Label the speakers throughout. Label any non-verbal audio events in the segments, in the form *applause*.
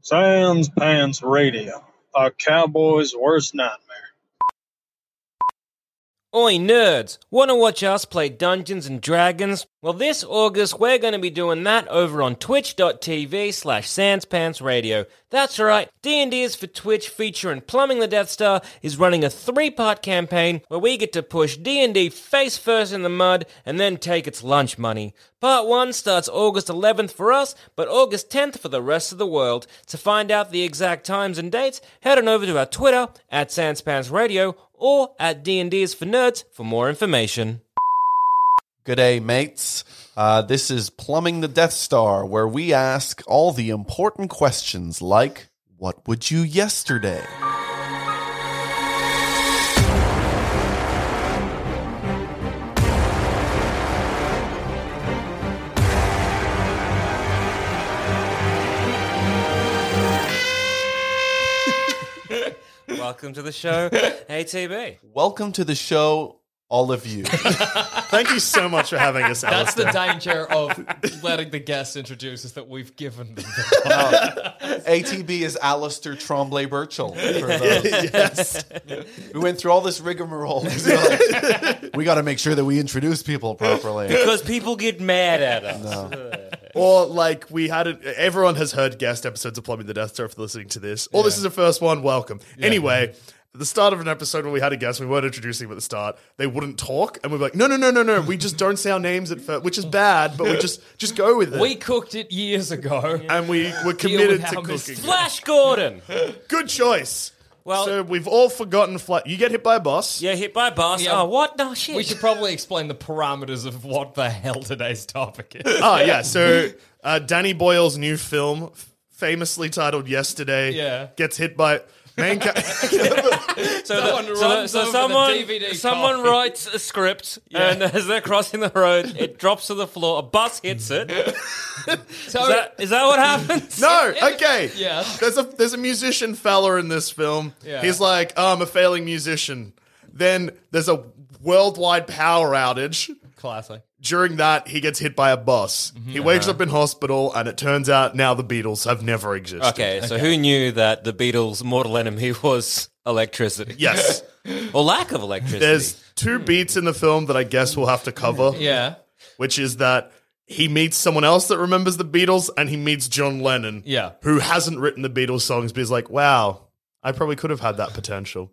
Speaker 1: Sans Pants Radio, a cowboy's worst nightmare.
Speaker 2: Oi, nerds! Wanna watch us play Dungeons and Dragons? Well, this August we're gonna be doing that over on twitch.tv slash sanspantsradio. That's right, D&D is for Twitch featuring Plumbing the Death Star is running a three-part campaign where we get to push D&D face first in the mud and then take its lunch money. Part 1 starts August 11th for us, but August 10th for the rest of the world. To find out the exact times and dates, head on over to our Twitter at sanspantsradio or at D&D's for Nerds for more information.
Speaker 3: Good day, mates. Uh, this is Plumbing the Death Star, where we ask all the important questions like What would you yesterday?
Speaker 2: Welcome to the *laughs* show, ATB.
Speaker 3: Welcome to the show, all
Speaker 2: *laughs*
Speaker 3: of you.
Speaker 4: Thank you so much for having us,
Speaker 5: That's the
Speaker 4: Alistair.
Speaker 5: danger of letting the guests introduce us that we've given them.
Speaker 3: Uh, ATB is Alistair Tremblay
Speaker 2: *laughs*
Speaker 3: Birchall. for those. We went through all
Speaker 2: *laughs*
Speaker 3: this rigmarole. we got to make sure that we introduce people properly.
Speaker 2: Because people get mad at us.
Speaker 4: *laughs* or like we had it. Everyone has heard guest episodes of Plumbing the Death Star for listening to this. Or this is the first one. Welcome. Anyway. At the start of an episode when we had a guest, we weren't introducing them at the start. They wouldn't talk, and we were like, "No, no, no, no, no. We just don't say our names at first, which is bad, but we just just go with it."
Speaker 5: We cooked it years ago.
Speaker 4: and we were
Speaker 5: with
Speaker 4: committed to
Speaker 5: how Miss
Speaker 4: cooking. it.
Speaker 2: Flash Gordon.
Speaker 4: Good choice.
Speaker 2: Well-
Speaker 4: Well, so we've all forgotten flat. You get hit by a bus.
Speaker 2: Yeah, hit by a bus.
Speaker 5: Yeah.
Speaker 2: Oh, what? No, shit.
Speaker 5: We should probably explain the parameters of what the hell today's topic is.
Speaker 4: Oh yeah. So uh, Danny Boyle's new film, famously titled "Yesterday,"
Speaker 5: Yeah.
Speaker 4: gets hit by main. Ca-
Speaker 2: *laughs*
Speaker 4: *laughs*
Speaker 2: so
Speaker 5: someone
Speaker 2: the-
Speaker 5: runs
Speaker 2: so, so
Speaker 5: over the
Speaker 2: someone,
Speaker 5: DVD
Speaker 2: someone
Speaker 5: copy.
Speaker 2: writes a script, and as they're crossing the road, it drops to the floor. A bus hits it. Is
Speaker 5: So,
Speaker 2: that, is that what happens?
Speaker 4: no. Okay.
Speaker 5: *laughs* Yeah.
Speaker 4: There's a there's a musician fella in this film.
Speaker 5: Yeah.
Speaker 4: He's like, "Oh, I'm a failing musician. Then there's a worldwide power outage.
Speaker 5: classic.
Speaker 4: During that, he gets hit by a bus.
Speaker 5: Mm-hmm.
Speaker 4: He wakes
Speaker 5: Uh-huh.
Speaker 4: up in hospital, and it turns out now the Beatles have never existed.
Speaker 2: Okay, so who knew that the Beatles' mortal enemy *laughs* was electricity?
Speaker 5: *laughs*
Speaker 4: Yes.
Speaker 2: Or lack of electricity.
Speaker 4: There's two beats in the film that I guess we'll have to cover.
Speaker 5: *laughs* Yeah.
Speaker 4: which is that he meets someone else that remembers the Beatles and he meets John Lennon,
Speaker 5: Yeah.
Speaker 4: who hasn't written the Beatles songs, but he's like, wow, I probably could have had that
Speaker 5: *laughs*
Speaker 4: potential.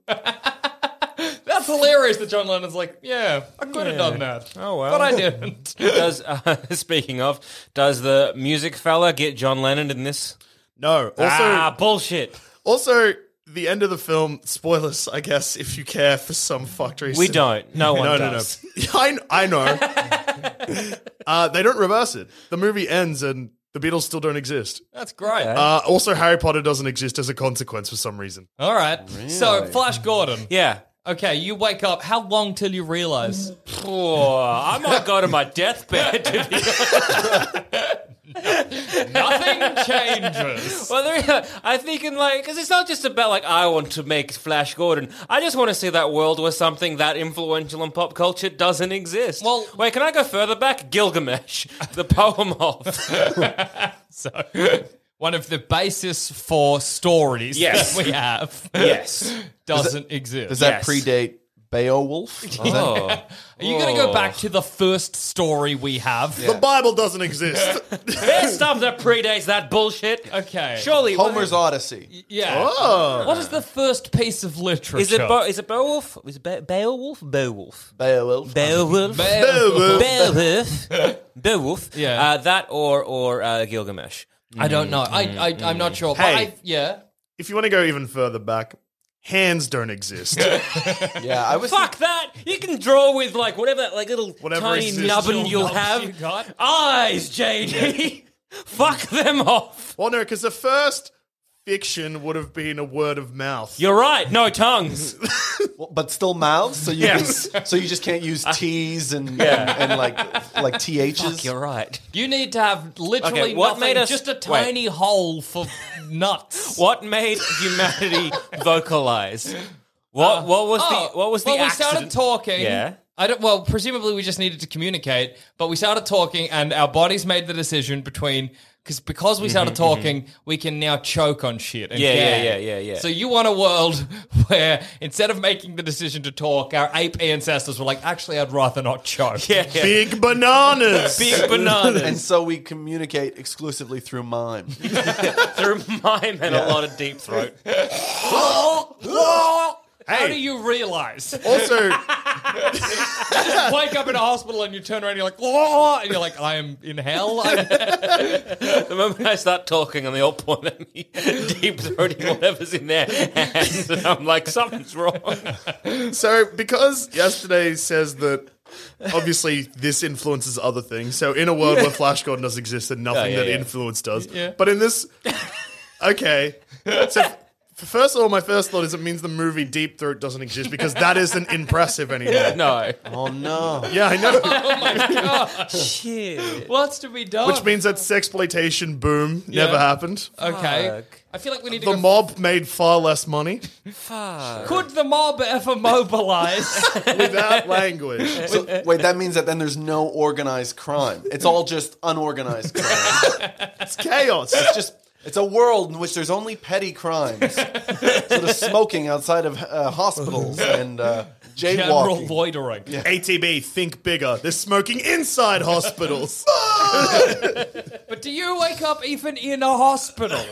Speaker 5: That's hilarious that John Lennon's like, yeah, I could have done that.
Speaker 2: Oh, well.
Speaker 5: But I didn't. *laughs*
Speaker 2: does *laughs* uh, speaking of, does the music fella get John Lennon in this?
Speaker 4: no, also,
Speaker 2: ah, bullshit.
Speaker 4: also the end of the film, spoilers, I guess, if you care for some fucked reason.
Speaker 2: We don't. No one
Speaker 4: *laughs* No, no, no.
Speaker 2: does.
Speaker 4: I, kn- I know.
Speaker 2: *laughs*
Speaker 4: uh, they don't reverse it. The movie ends and the Beatles still don't exist.
Speaker 5: That's great.
Speaker 4: Uh, also, Harry Potter doesn't exist as a consequence for some reason.
Speaker 2: Uh.
Speaker 5: All right. So, Flash Gordon.
Speaker 2: Yeah.
Speaker 5: Okay, you wake up. How long till you realize?
Speaker 2: Oh, I might go to my deathbed. To be
Speaker 5: Nothing changes.
Speaker 2: well, there, I think in like because it's not just about like I want to make Flash Gordon. I just want to see that world where something that influential in pop culture doesn't exist.
Speaker 5: Well-
Speaker 2: wait, can I go further back? Gilgamesh, *laughs* the poem of
Speaker 5: So, one of the basis for stories
Speaker 2: Yes.
Speaker 5: that we have
Speaker 2: yes.
Speaker 5: *laughs* doesn't exist.
Speaker 3: Does that
Speaker 2: Yes.
Speaker 3: predate
Speaker 2: *laughs*
Speaker 3: Beowulf. Was Oh, that-
Speaker 5: Are you going to
Speaker 2: Oh.
Speaker 5: go back to the first story we have?
Speaker 4: The Bible doesn't exist.
Speaker 2: *laughs*
Speaker 4: *laughs*
Speaker 2: There's stuff that predates that bullshit.
Speaker 5: Okay.
Speaker 2: Surely
Speaker 3: Homer's Odyssey.
Speaker 5: Yeah.
Speaker 4: Oh.
Speaker 5: What is the first piece of literature?
Speaker 2: Is it Bo- is it Beowulf? Is it Be- Beowulf? Beowulf.
Speaker 3: Beowulf.
Speaker 2: Beowulf.
Speaker 5: Beowulf.
Speaker 2: Beowulf. *laughs* Beowulf.
Speaker 5: Yeah.
Speaker 2: Uh, that or or uh, Gilgamesh.
Speaker 5: I don't know. I, I I'm
Speaker 2: Mm.
Speaker 5: not sure.
Speaker 4: Hey.
Speaker 5: But I, yeah.
Speaker 4: if you want to go even further back, hands
Speaker 2: *laughs*
Speaker 4: don't exist.
Speaker 3: Yeah, I was.
Speaker 2: Fuck that! You can draw with like whatever, like little
Speaker 4: Whatever
Speaker 2: tiny
Speaker 4: exists.
Speaker 2: nubbin you'll
Speaker 5: Nubs
Speaker 2: have.
Speaker 5: *laughs* you got.
Speaker 2: Eyes, JD. *laughs* Fuck them off.
Speaker 4: well, no, because the first fiction would have been a word of mouth.
Speaker 2: You're right. No tongues.
Speaker 3: but still mouths. So you
Speaker 4: Yes.
Speaker 3: can- so you just can't use T's and and, and like *laughs* like
Speaker 2: *laughs*
Speaker 3: ths.
Speaker 2: You're right.
Speaker 5: You need to have literally
Speaker 2: Okay, what
Speaker 5: nothing,
Speaker 2: made us-
Speaker 5: just a
Speaker 2: wait.
Speaker 5: tiny hole for
Speaker 2: *laughs*
Speaker 5: nuts.
Speaker 2: What made *laughs* humanity vocalize? What what was
Speaker 5: Oh,
Speaker 2: the what was the
Speaker 5: well, we started
Speaker 2: accident?
Speaker 5: talking.
Speaker 2: Yeah.
Speaker 5: I don't. Well, presumably we just needed to communicate, but we started talking, and our bodies made the decision between because because we started talking, we can now choke on shit. And
Speaker 2: Mm-hmm, Yeah, yeah,
Speaker 5: gag.
Speaker 2: yeah, yeah, yeah.
Speaker 5: So you want a world *laughs* where instead of making the decision to talk, our ape ancestors were like, actually, I'd rather not choke. *laughs*
Speaker 2: yeah, yeah.
Speaker 4: Big bananas.
Speaker 2: *laughs* Big bananas
Speaker 3: And so we communicate exclusively through mime.
Speaker 2: through mime and a lot of deep throat.
Speaker 5: How
Speaker 4: Hey.
Speaker 5: do you realize?
Speaker 4: also,
Speaker 5: *laughs* Wake up in a hospital and you turn around and you're like, oh, and you're like, I am in hell.
Speaker 2: The moment I start talking and they all point at me, *laughs* deep throating whatever's in their hands, and I'm like, something's wrong.
Speaker 4: so because yesterday says that obviously this influences other things. So in a world where Flash Gordon does exist and nothing
Speaker 2: yeah,
Speaker 4: that
Speaker 2: yeah.
Speaker 4: influence does. But in this
Speaker 2: *laughs*
Speaker 4: Okay. So f- First of all, my first thought is it means the movie Deep Throat doesn't exist because that isn't impressive anymore.
Speaker 2: No.
Speaker 3: oh no!
Speaker 4: Yeah, I know.
Speaker 2: *laughs* Shit.
Speaker 5: *laughs* What's to be done?
Speaker 4: Which means that sexploitation boom never happened.
Speaker 5: okay.
Speaker 2: Fuck.
Speaker 5: I feel like we need to
Speaker 4: The
Speaker 5: go
Speaker 4: mob made far less money
Speaker 5: Could the mob ever mobilize?
Speaker 2: *laughs*
Speaker 4: without language.
Speaker 3: *laughs* So, wait, that means that then there's no organized crime. It's all just unorganized crime.
Speaker 4: It's chaos.
Speaker 3: It's just it's a world in which there's only petty crimes, sort of smoking outside of uh, hospitals and uh,
Speaker 5: General
Speaker 3: jaywalking.
Speaker 5: loitering.
Speaker 4: ATB, think bigger. They're smoking inside
Speaker 2: *laughs*
Speaker 4: hospitals.
Speaker 5: But do you wake up even in a *laughs* hospital?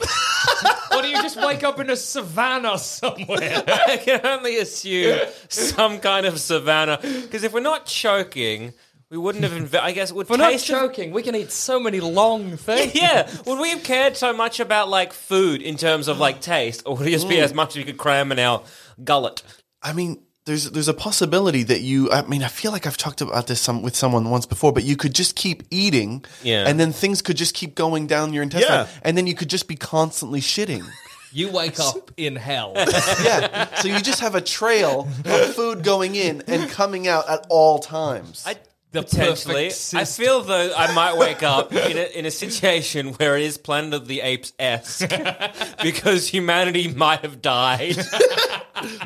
Speaker 5: or do you just wake up in a savannah somewhere?
Speaker 2: *laughs* I can only assume some kind of savannah. Because if we're not choking, we wouldn't have. Inve- I guess would
Speaker 5: We're not
Speaker 2: taste of-
Speaker 5: joking. We can eat so many long
Speaker 2: *laughs*
Speaker 5: things.
Speaker 2: yeah, would we have cared so much about like food in terms of like taste, or would it just
Speaker 5: Mm.
Speaker 2: be as much as we could cram in our gullet?
Speaker 3: I mean, there's there's a possibility that you. I mean, I feel like I've talked about this some, with someone once before, but you could just keep eating,
Speaker 2: Yeah.
Speaker 3: and then things could just keep going down your intestine,
Speaker 4: Yeah.
Speaker 3: and then you could just be constantly shitting. *laughs*
Speaker 5: You wake up in hell.
Speaker 3: yeah, so you just have a trail of food going in and coming out at all times.
Speaker 2: I,
Speaker 5: The
Speaker 2: potentially,
Speaker 5: perfect
Speaker 2: I
Speaker 5: system.
Speaker 2: feel though I might wake up in a, in a situation where it is Planet of the Apes
Speaker 5: *laughs*
Speaker 2: esque because humanity might have died.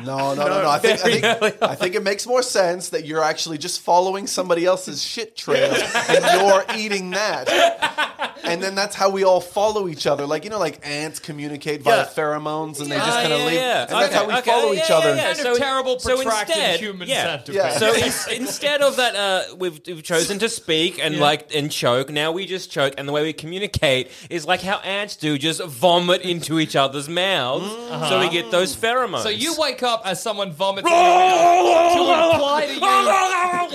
Speaker 3: no, no, no, no. I think
Speaker 2: *laughs*
Speaker 3: I think, I think it makes more sense that you're actually just following somebody else's
Speaker 2: *laughs*
Speaker 3: shit trail and you're eating that. And then that's how we all follow each other. Like, you know, like ants communicate via
Speaker 4: Yeah.
Speaker 3: pheromones and they
Speaker 2: Ah,
Speaker 3: just kind of
Speaker 2: yeah,
Speaker 3: leave.
Speaker 2: yeah.
Speaker 3: And that's
Speaker 2: Okay,
Speaker 3: how we
Speaker 2: okay,
Speaker 3: follow
Speaker 2: yeah,
Speaker 3: each
Speaker 2: yeah,
Speaker 3: other.
Speaker 2: yeah.
Speaker 5: Kind
Speaker 2: So-
Speaker 5: of terrible
Speaker 2: so
Speaker 5: protracted
Speaker 2: instead-
Speaker 5: human
Speaker 2: yeah.
Speaker 5: centipede.
Speaker 3: Yeah.
Speaker 2: So it's, instead of that, uh, we've, we've chosen to speak and like and choke. Now we just choke, and the way we communicate is like how ants do, just vomit into each other's mouths, so we get those pheromones.
Speaker 5: *laughs* Mm. Uh-huh. So you wake up as someone vomits in *laughs* your mouth to imply to *laughs*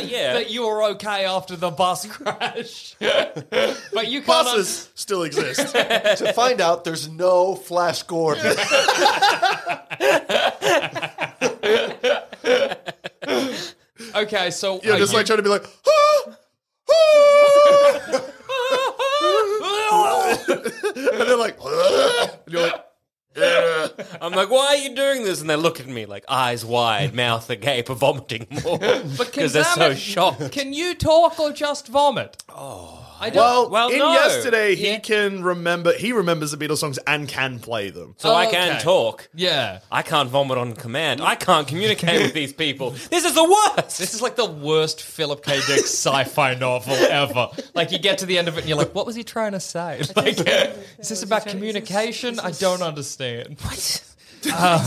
Speaker 5: you
Speaker 2: Yeah.
Speaker 5: that you are okay after the bus crash. *laughs* but you can't.
Speaker 4: Buses still exist.
Speaker 3: to find out there's no Flash Gordon.
Speaker 5: Okay, so
Speaker 4: You're
Speaker 5: are
Speaker 4: just
Speaker 5: you-
Speaker 4: like trying to be like, "Ah, ah."
Speaker 5: *laughs*
Speaker 4: *laughs* and they're like, "Ah," and you're like,
Speaker 2: I'm like, why are you doing this? And they look at me like eyes *laughs* wide, mouth agape, vomiting more because they're so
Speaker 5: Zamet-
Speaker 2: shocked.
Speaker 5: Can you talk or just vomit? Oh, I don't.
Speaker 4: well,
Speaker 2: Well,
Speaker 4: in
Speaker 2: no.
Speaker 4: yesterday, he
Speaker 5: Yeah.
Speaker 4: can remember, he remembers the Beatles songs and can play
Speaker 5: *laughs*
Speaker 4: them.
Speaker 2: So I can
Speaker 5: Oh, Okay.
Speaker 2: talk.
Speaker 5: yeah,
Speaker 2: I can't vomit on command. I can't communicate with these people. This is the worst.
Speaker 5: this is like the worst Philip K. Dick *laughs* sci-fi novel ever. Like you get to the end of it and you're like, what was he trying to say? *laughs*
Speaker 4: *laughs*
Speaker 5: *laughs* Like, is this about communication? I don't understand. What? Um,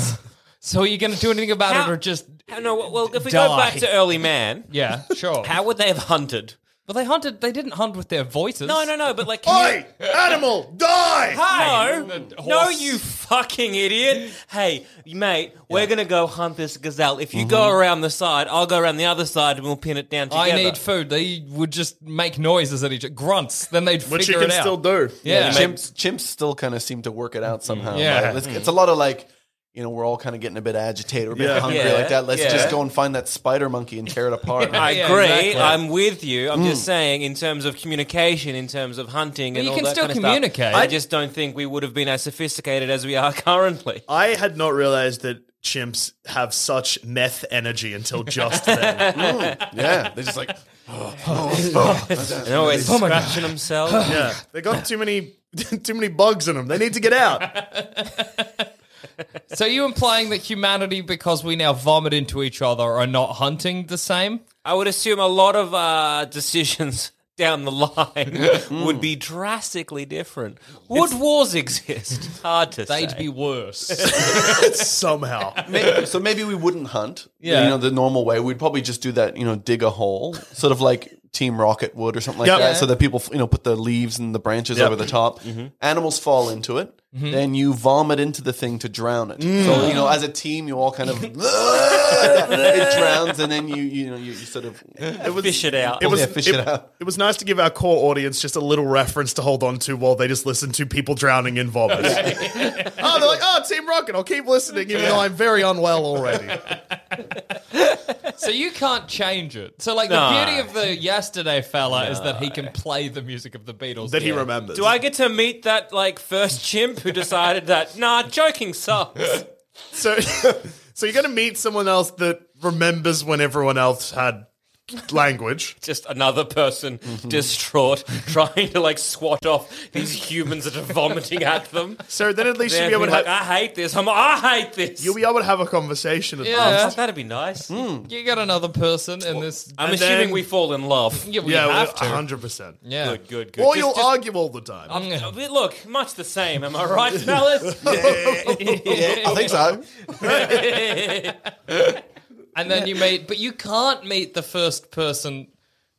Speaker 5: So are you going to do anything about it or just.
Speaker 2: How- *laughs* no, well, if we go
Speaker 5: die.
Speaker 2: back to early man,
Speaker 5: *laughs* Yeah, sure.
Speaker 2: how would they have hunted?
Speaker 5: But they hunted. They didn't hunt with their voices.
Speaker 2: No, no, no. But like, can you-
Speaker 4: Oi, animal, die!
Speaker 2: Hi.
Speaker 5: The
Speaker 2: No,
Speaker 5: horse.
Speaker 2: you fucking idiot. Hey, mate, we're going to go hunt this gazelle. If you go around the side, I'll go around the other side and we'll pin it down
Speaker 5: I
Speaker 2: together.
Speaker 5: need food. They would just make noises at each other, grunts. Then they'd
Speaker 4: Which you
Speaker 5: figure
Speaker 4: can
Speaker 5: it out.
Speaker 4: still do.
Speaker 5: yeah.
Speaker 3: chimps, chimps still kind of seem to work it out somehow.
Speaker 5: Yeah.
Speaker 3: Like, let's, it's a lot of like, you know, we're all kind of getting a bit agitated, we're a bit
Speaker 4: Yeah.
Speaker 3: hungry
Speaker 2: Yeah.
Speaker 3: like that. Let's just
Speaker 2: Yeah.
Speaker 3: go and find that spider monkey and tear
Speaker 2: *laughs*
Speaker 3: it apart.
Speaker 2: I
Speaker 5: Yeah,
Speaker 2: agree.
Speaker 5: exactly.
Speaker 2: I'm with you. I'm just saying, in terms of communication, in terms of hunting,
Speaker 5: Mm.
Speaker 2: and
Speaker 5: But you
Speaker 2: all
Speaker 5: can
Speaker 2: that
Speaker 5: still
Speaker 2: kind of
Speaker 5: communicate.
Speaker 2: Stuff, I just don't think we would have been as sophisticated as we are *laughs* currently.
Speaker 4: I had not realized that chimps have such meth energy until just
Speaker 5: *laughs*
Speaker 4: then.
Speaker 3: yeah, they're just like,
Speaker 2: And always
Speaker 5: Oh
Speaker 2: scratching themselves.
Speaker 5: *laughs*
Speaker 4: yeah, they got too many *laughs* too many bugs in them. They need to get
Speaker 5: *laughs*
Speaker 4: out.
Speaker 5: So are you implying that humanity, because we now vomit into each other, are not hunting the same?
Speaker 2: I would assume a lot of uh, decisions *laughs* down the line would be drastically different. Would wars exist? *laughs* Hard to say.
Speaker 5: They'd be worse.
Speaker 4: Somehow,
Speaker 3: May- so maybe we wouldn't hunt.
Speaker 5: Yeah.
Speaker 3: You know, the normal way. We'd probably just do that, you know, dig a hole, sort of like Team Rocket would or something like
Speaker 4: Yep.
Speaker 3: that, so that people, you know, put the leaves and the branches
Speaker 4: Yep.
Speaker 3: over the top. Animals fall into it. Then you vomit into the thing to drown it. So, you know, as a team, you all kind of, it drowns, and then you, you know, you, you sort of,
Speaker 4: it was,
Speaker 2: Fish it out.
Speaker 4: It was
Speaker 3: Yeah, fish
Speaker 4: it,
Speaker 3: it out.
Speaker 4: it was nice to give our core audience just a little reference to hold on to while they just listen to people drowning in vomit. oh, they're like, *laughs* oh, Team Rocket. I'll keep listening, even though I'm very unwell already.
Speaker 5: *laughs* so you can't change it. So, like,
Speaker 2: No.
Speaker 5: the beauty of the yesterday fella is that he can play the music of the Beatles.
Speaker 4: That he
Speaker 5: Yeah.
Speaker 4: remembers.
Speaker 2: Do I get to meet that like first chimp who decided that nah, joking sucks?
Speaker 4: So, *laughs* so you're going to meet someone else that remembers when everyone else had language.
Speaker 2: Just another person
Speaker 4: Mm-hmm.
Speaker 2: distraught *laughs* trying to like swat off these humans that are vomiting at
Speaker 4: *laughs*
Speaker 2: them.
Speaker 4: So then at least
Speaker 2: They're
Speaker 4: you'll be able to
Speaker 2: like, "Ah."
Speaker 4: have,
Speaker 2: I hate this. I'm, I hate this.
Speaker 4: you'll be able to have a conversation. At
Speaker 5: Yeah.
Speaker 2: Oh, that'd be nice.
Speaker 5: You got another person in this.
Speaker 2: I'm
Speaker 4: And
Speaker 2: assuming
Speaker 4: then-
Speaker 2: we fall in
Speaker 4: *laughs*
Speaker 2: love.
Speaker 5: *laughs* yeah, we
Speaker 4: yeah,
Speaker 5: have to.
Speaker 4: 100. percent
Speaker 5: Yeah.
Speaker 2: Good, good, good.
Speaker 4: Or
Speaker 2: Just-
Speaker 4: you'll
Speaker 2: just-
Speaker 4: argue all the time.
Speaker 5: I'm gonna- *laughs*
Speaker 2: Look, much the same. Am I right,
Speaker 4: *laughs*
Speaker 2: fellas?
Speaker 3: I think so.
Speaker 5: and then you meet, but you can't meet the first person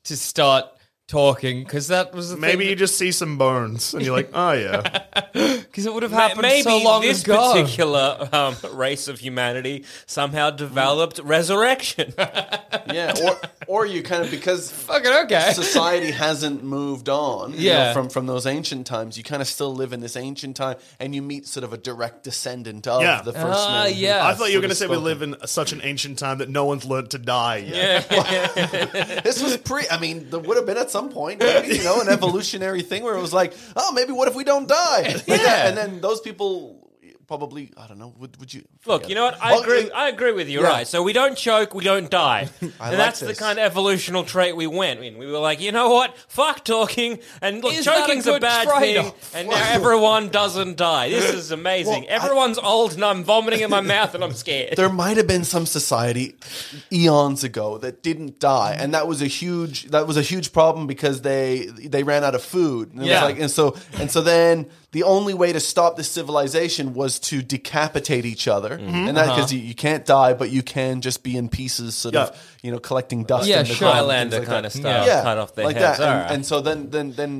Speaker 5: to start talking because that was the
Speaker 4: Maybe you just see some bones and you're like, oh yeah.
Speaker 5: because it would have
Speaker 2: Ma-
Speaker 5: happened
Speaker 2: Maybe
Speaker 5: so long
Speaker 2: this
Speaker 5: ago.
Speaker 2: particular um, race of humanity somehow developed resurrection.
Speaker 3: Yeah, or or you kind of because
Speaker 5: Fucking
Speaker 2: *laughs*
Speaker 5: okay.
Speaker 3: society hasn't moved on. you know,
Speaker 5: Yeah.
Speaker 3: from from those ancient times, you kind of still live in this ancient time, and you meet sort of a direct descendant of
Speaker 4: Yeah.
Speaker 3: the first
Speaker 5: Ah,
Speaker 3: man.
Speaker 5: yeah.
Speaker 4: I thought you were going to say we live in such an ancient time that no one's learnt to die yet.
Speaker 2: *laughs*
Speaker 4: *laughs*
Speaker 3: This was pre. I mean, there would have been at some point, maybe, you know,
Speaker 4: *laughs*
Speaker 3: an evolutionary thing where it was like, oh, maybe what if we don't die? Like yeah. that. And then those people probably, I don't know, would would you
Speaker 2: Look, you know what? I
Speaker 3: Oh,
Speaker 2: agree.
Speaker 3: yeah.
Speaker 2: I agree with you.
Speaker 3: Yeah.
Speaker 2: Right. So we don't choke, we don't
Speaker 3: *laughs*
Speaker 2: die, and
Speaker 3: like
Speaker 2: that's the
Speaker 3: this.
Speaker 2: kind of evolutional trait we went in. We were like, you know what? Fuck talking, and look,
Speaker 5: Is that a
Speaker 2: choking's a,
Speaker 5: good
Speaker 2: bad thing,
Speaker 5: trade-off?
Speaker 2: and now everyone doesn't die.
Speaker 3: *laughs*
Speaker 2: This is amazing.
Speaker 3: Well, I-
Speaker 2: Everyone's old, and I'm vomiting in my mouth, and I'm scared.
Speaker 3: there might have been some society eons ago that didn't die, and that was a huge that was a huge problem because they they ran out of food. And it was
Speaker 5: Yeah.
Speaker 3: like- and so and so then the only way to stop this civilization was to decapitate each other,
Speaker 2: Mm-hmm.
Speaker 3: and
Speaker 2: Uh-huh.
Speaker 3: that because you, you can't die, but you can just be in pieces, sort
Speaker 4: Yeah.
Speaker 3: of you know collecting dust.
Speaker 5: Yeah,
Speaker 3: in the
Speaker 5: sure.
Speaker 3: ground, things
Speaker 2: *laughs* Highlander
Speaker 3: like
Speaker 2: kind
Speaker 3: that
Speaker 2: of style.
Speaker 3: yeah,
Speaker 2: Cut off their
Speaker 3: like
Speaker 2: heads.
Speaker 3: that.
Speaker 2: All
Speaker 3: And,
Speaker 2: right.
Speaker 3: and so then then then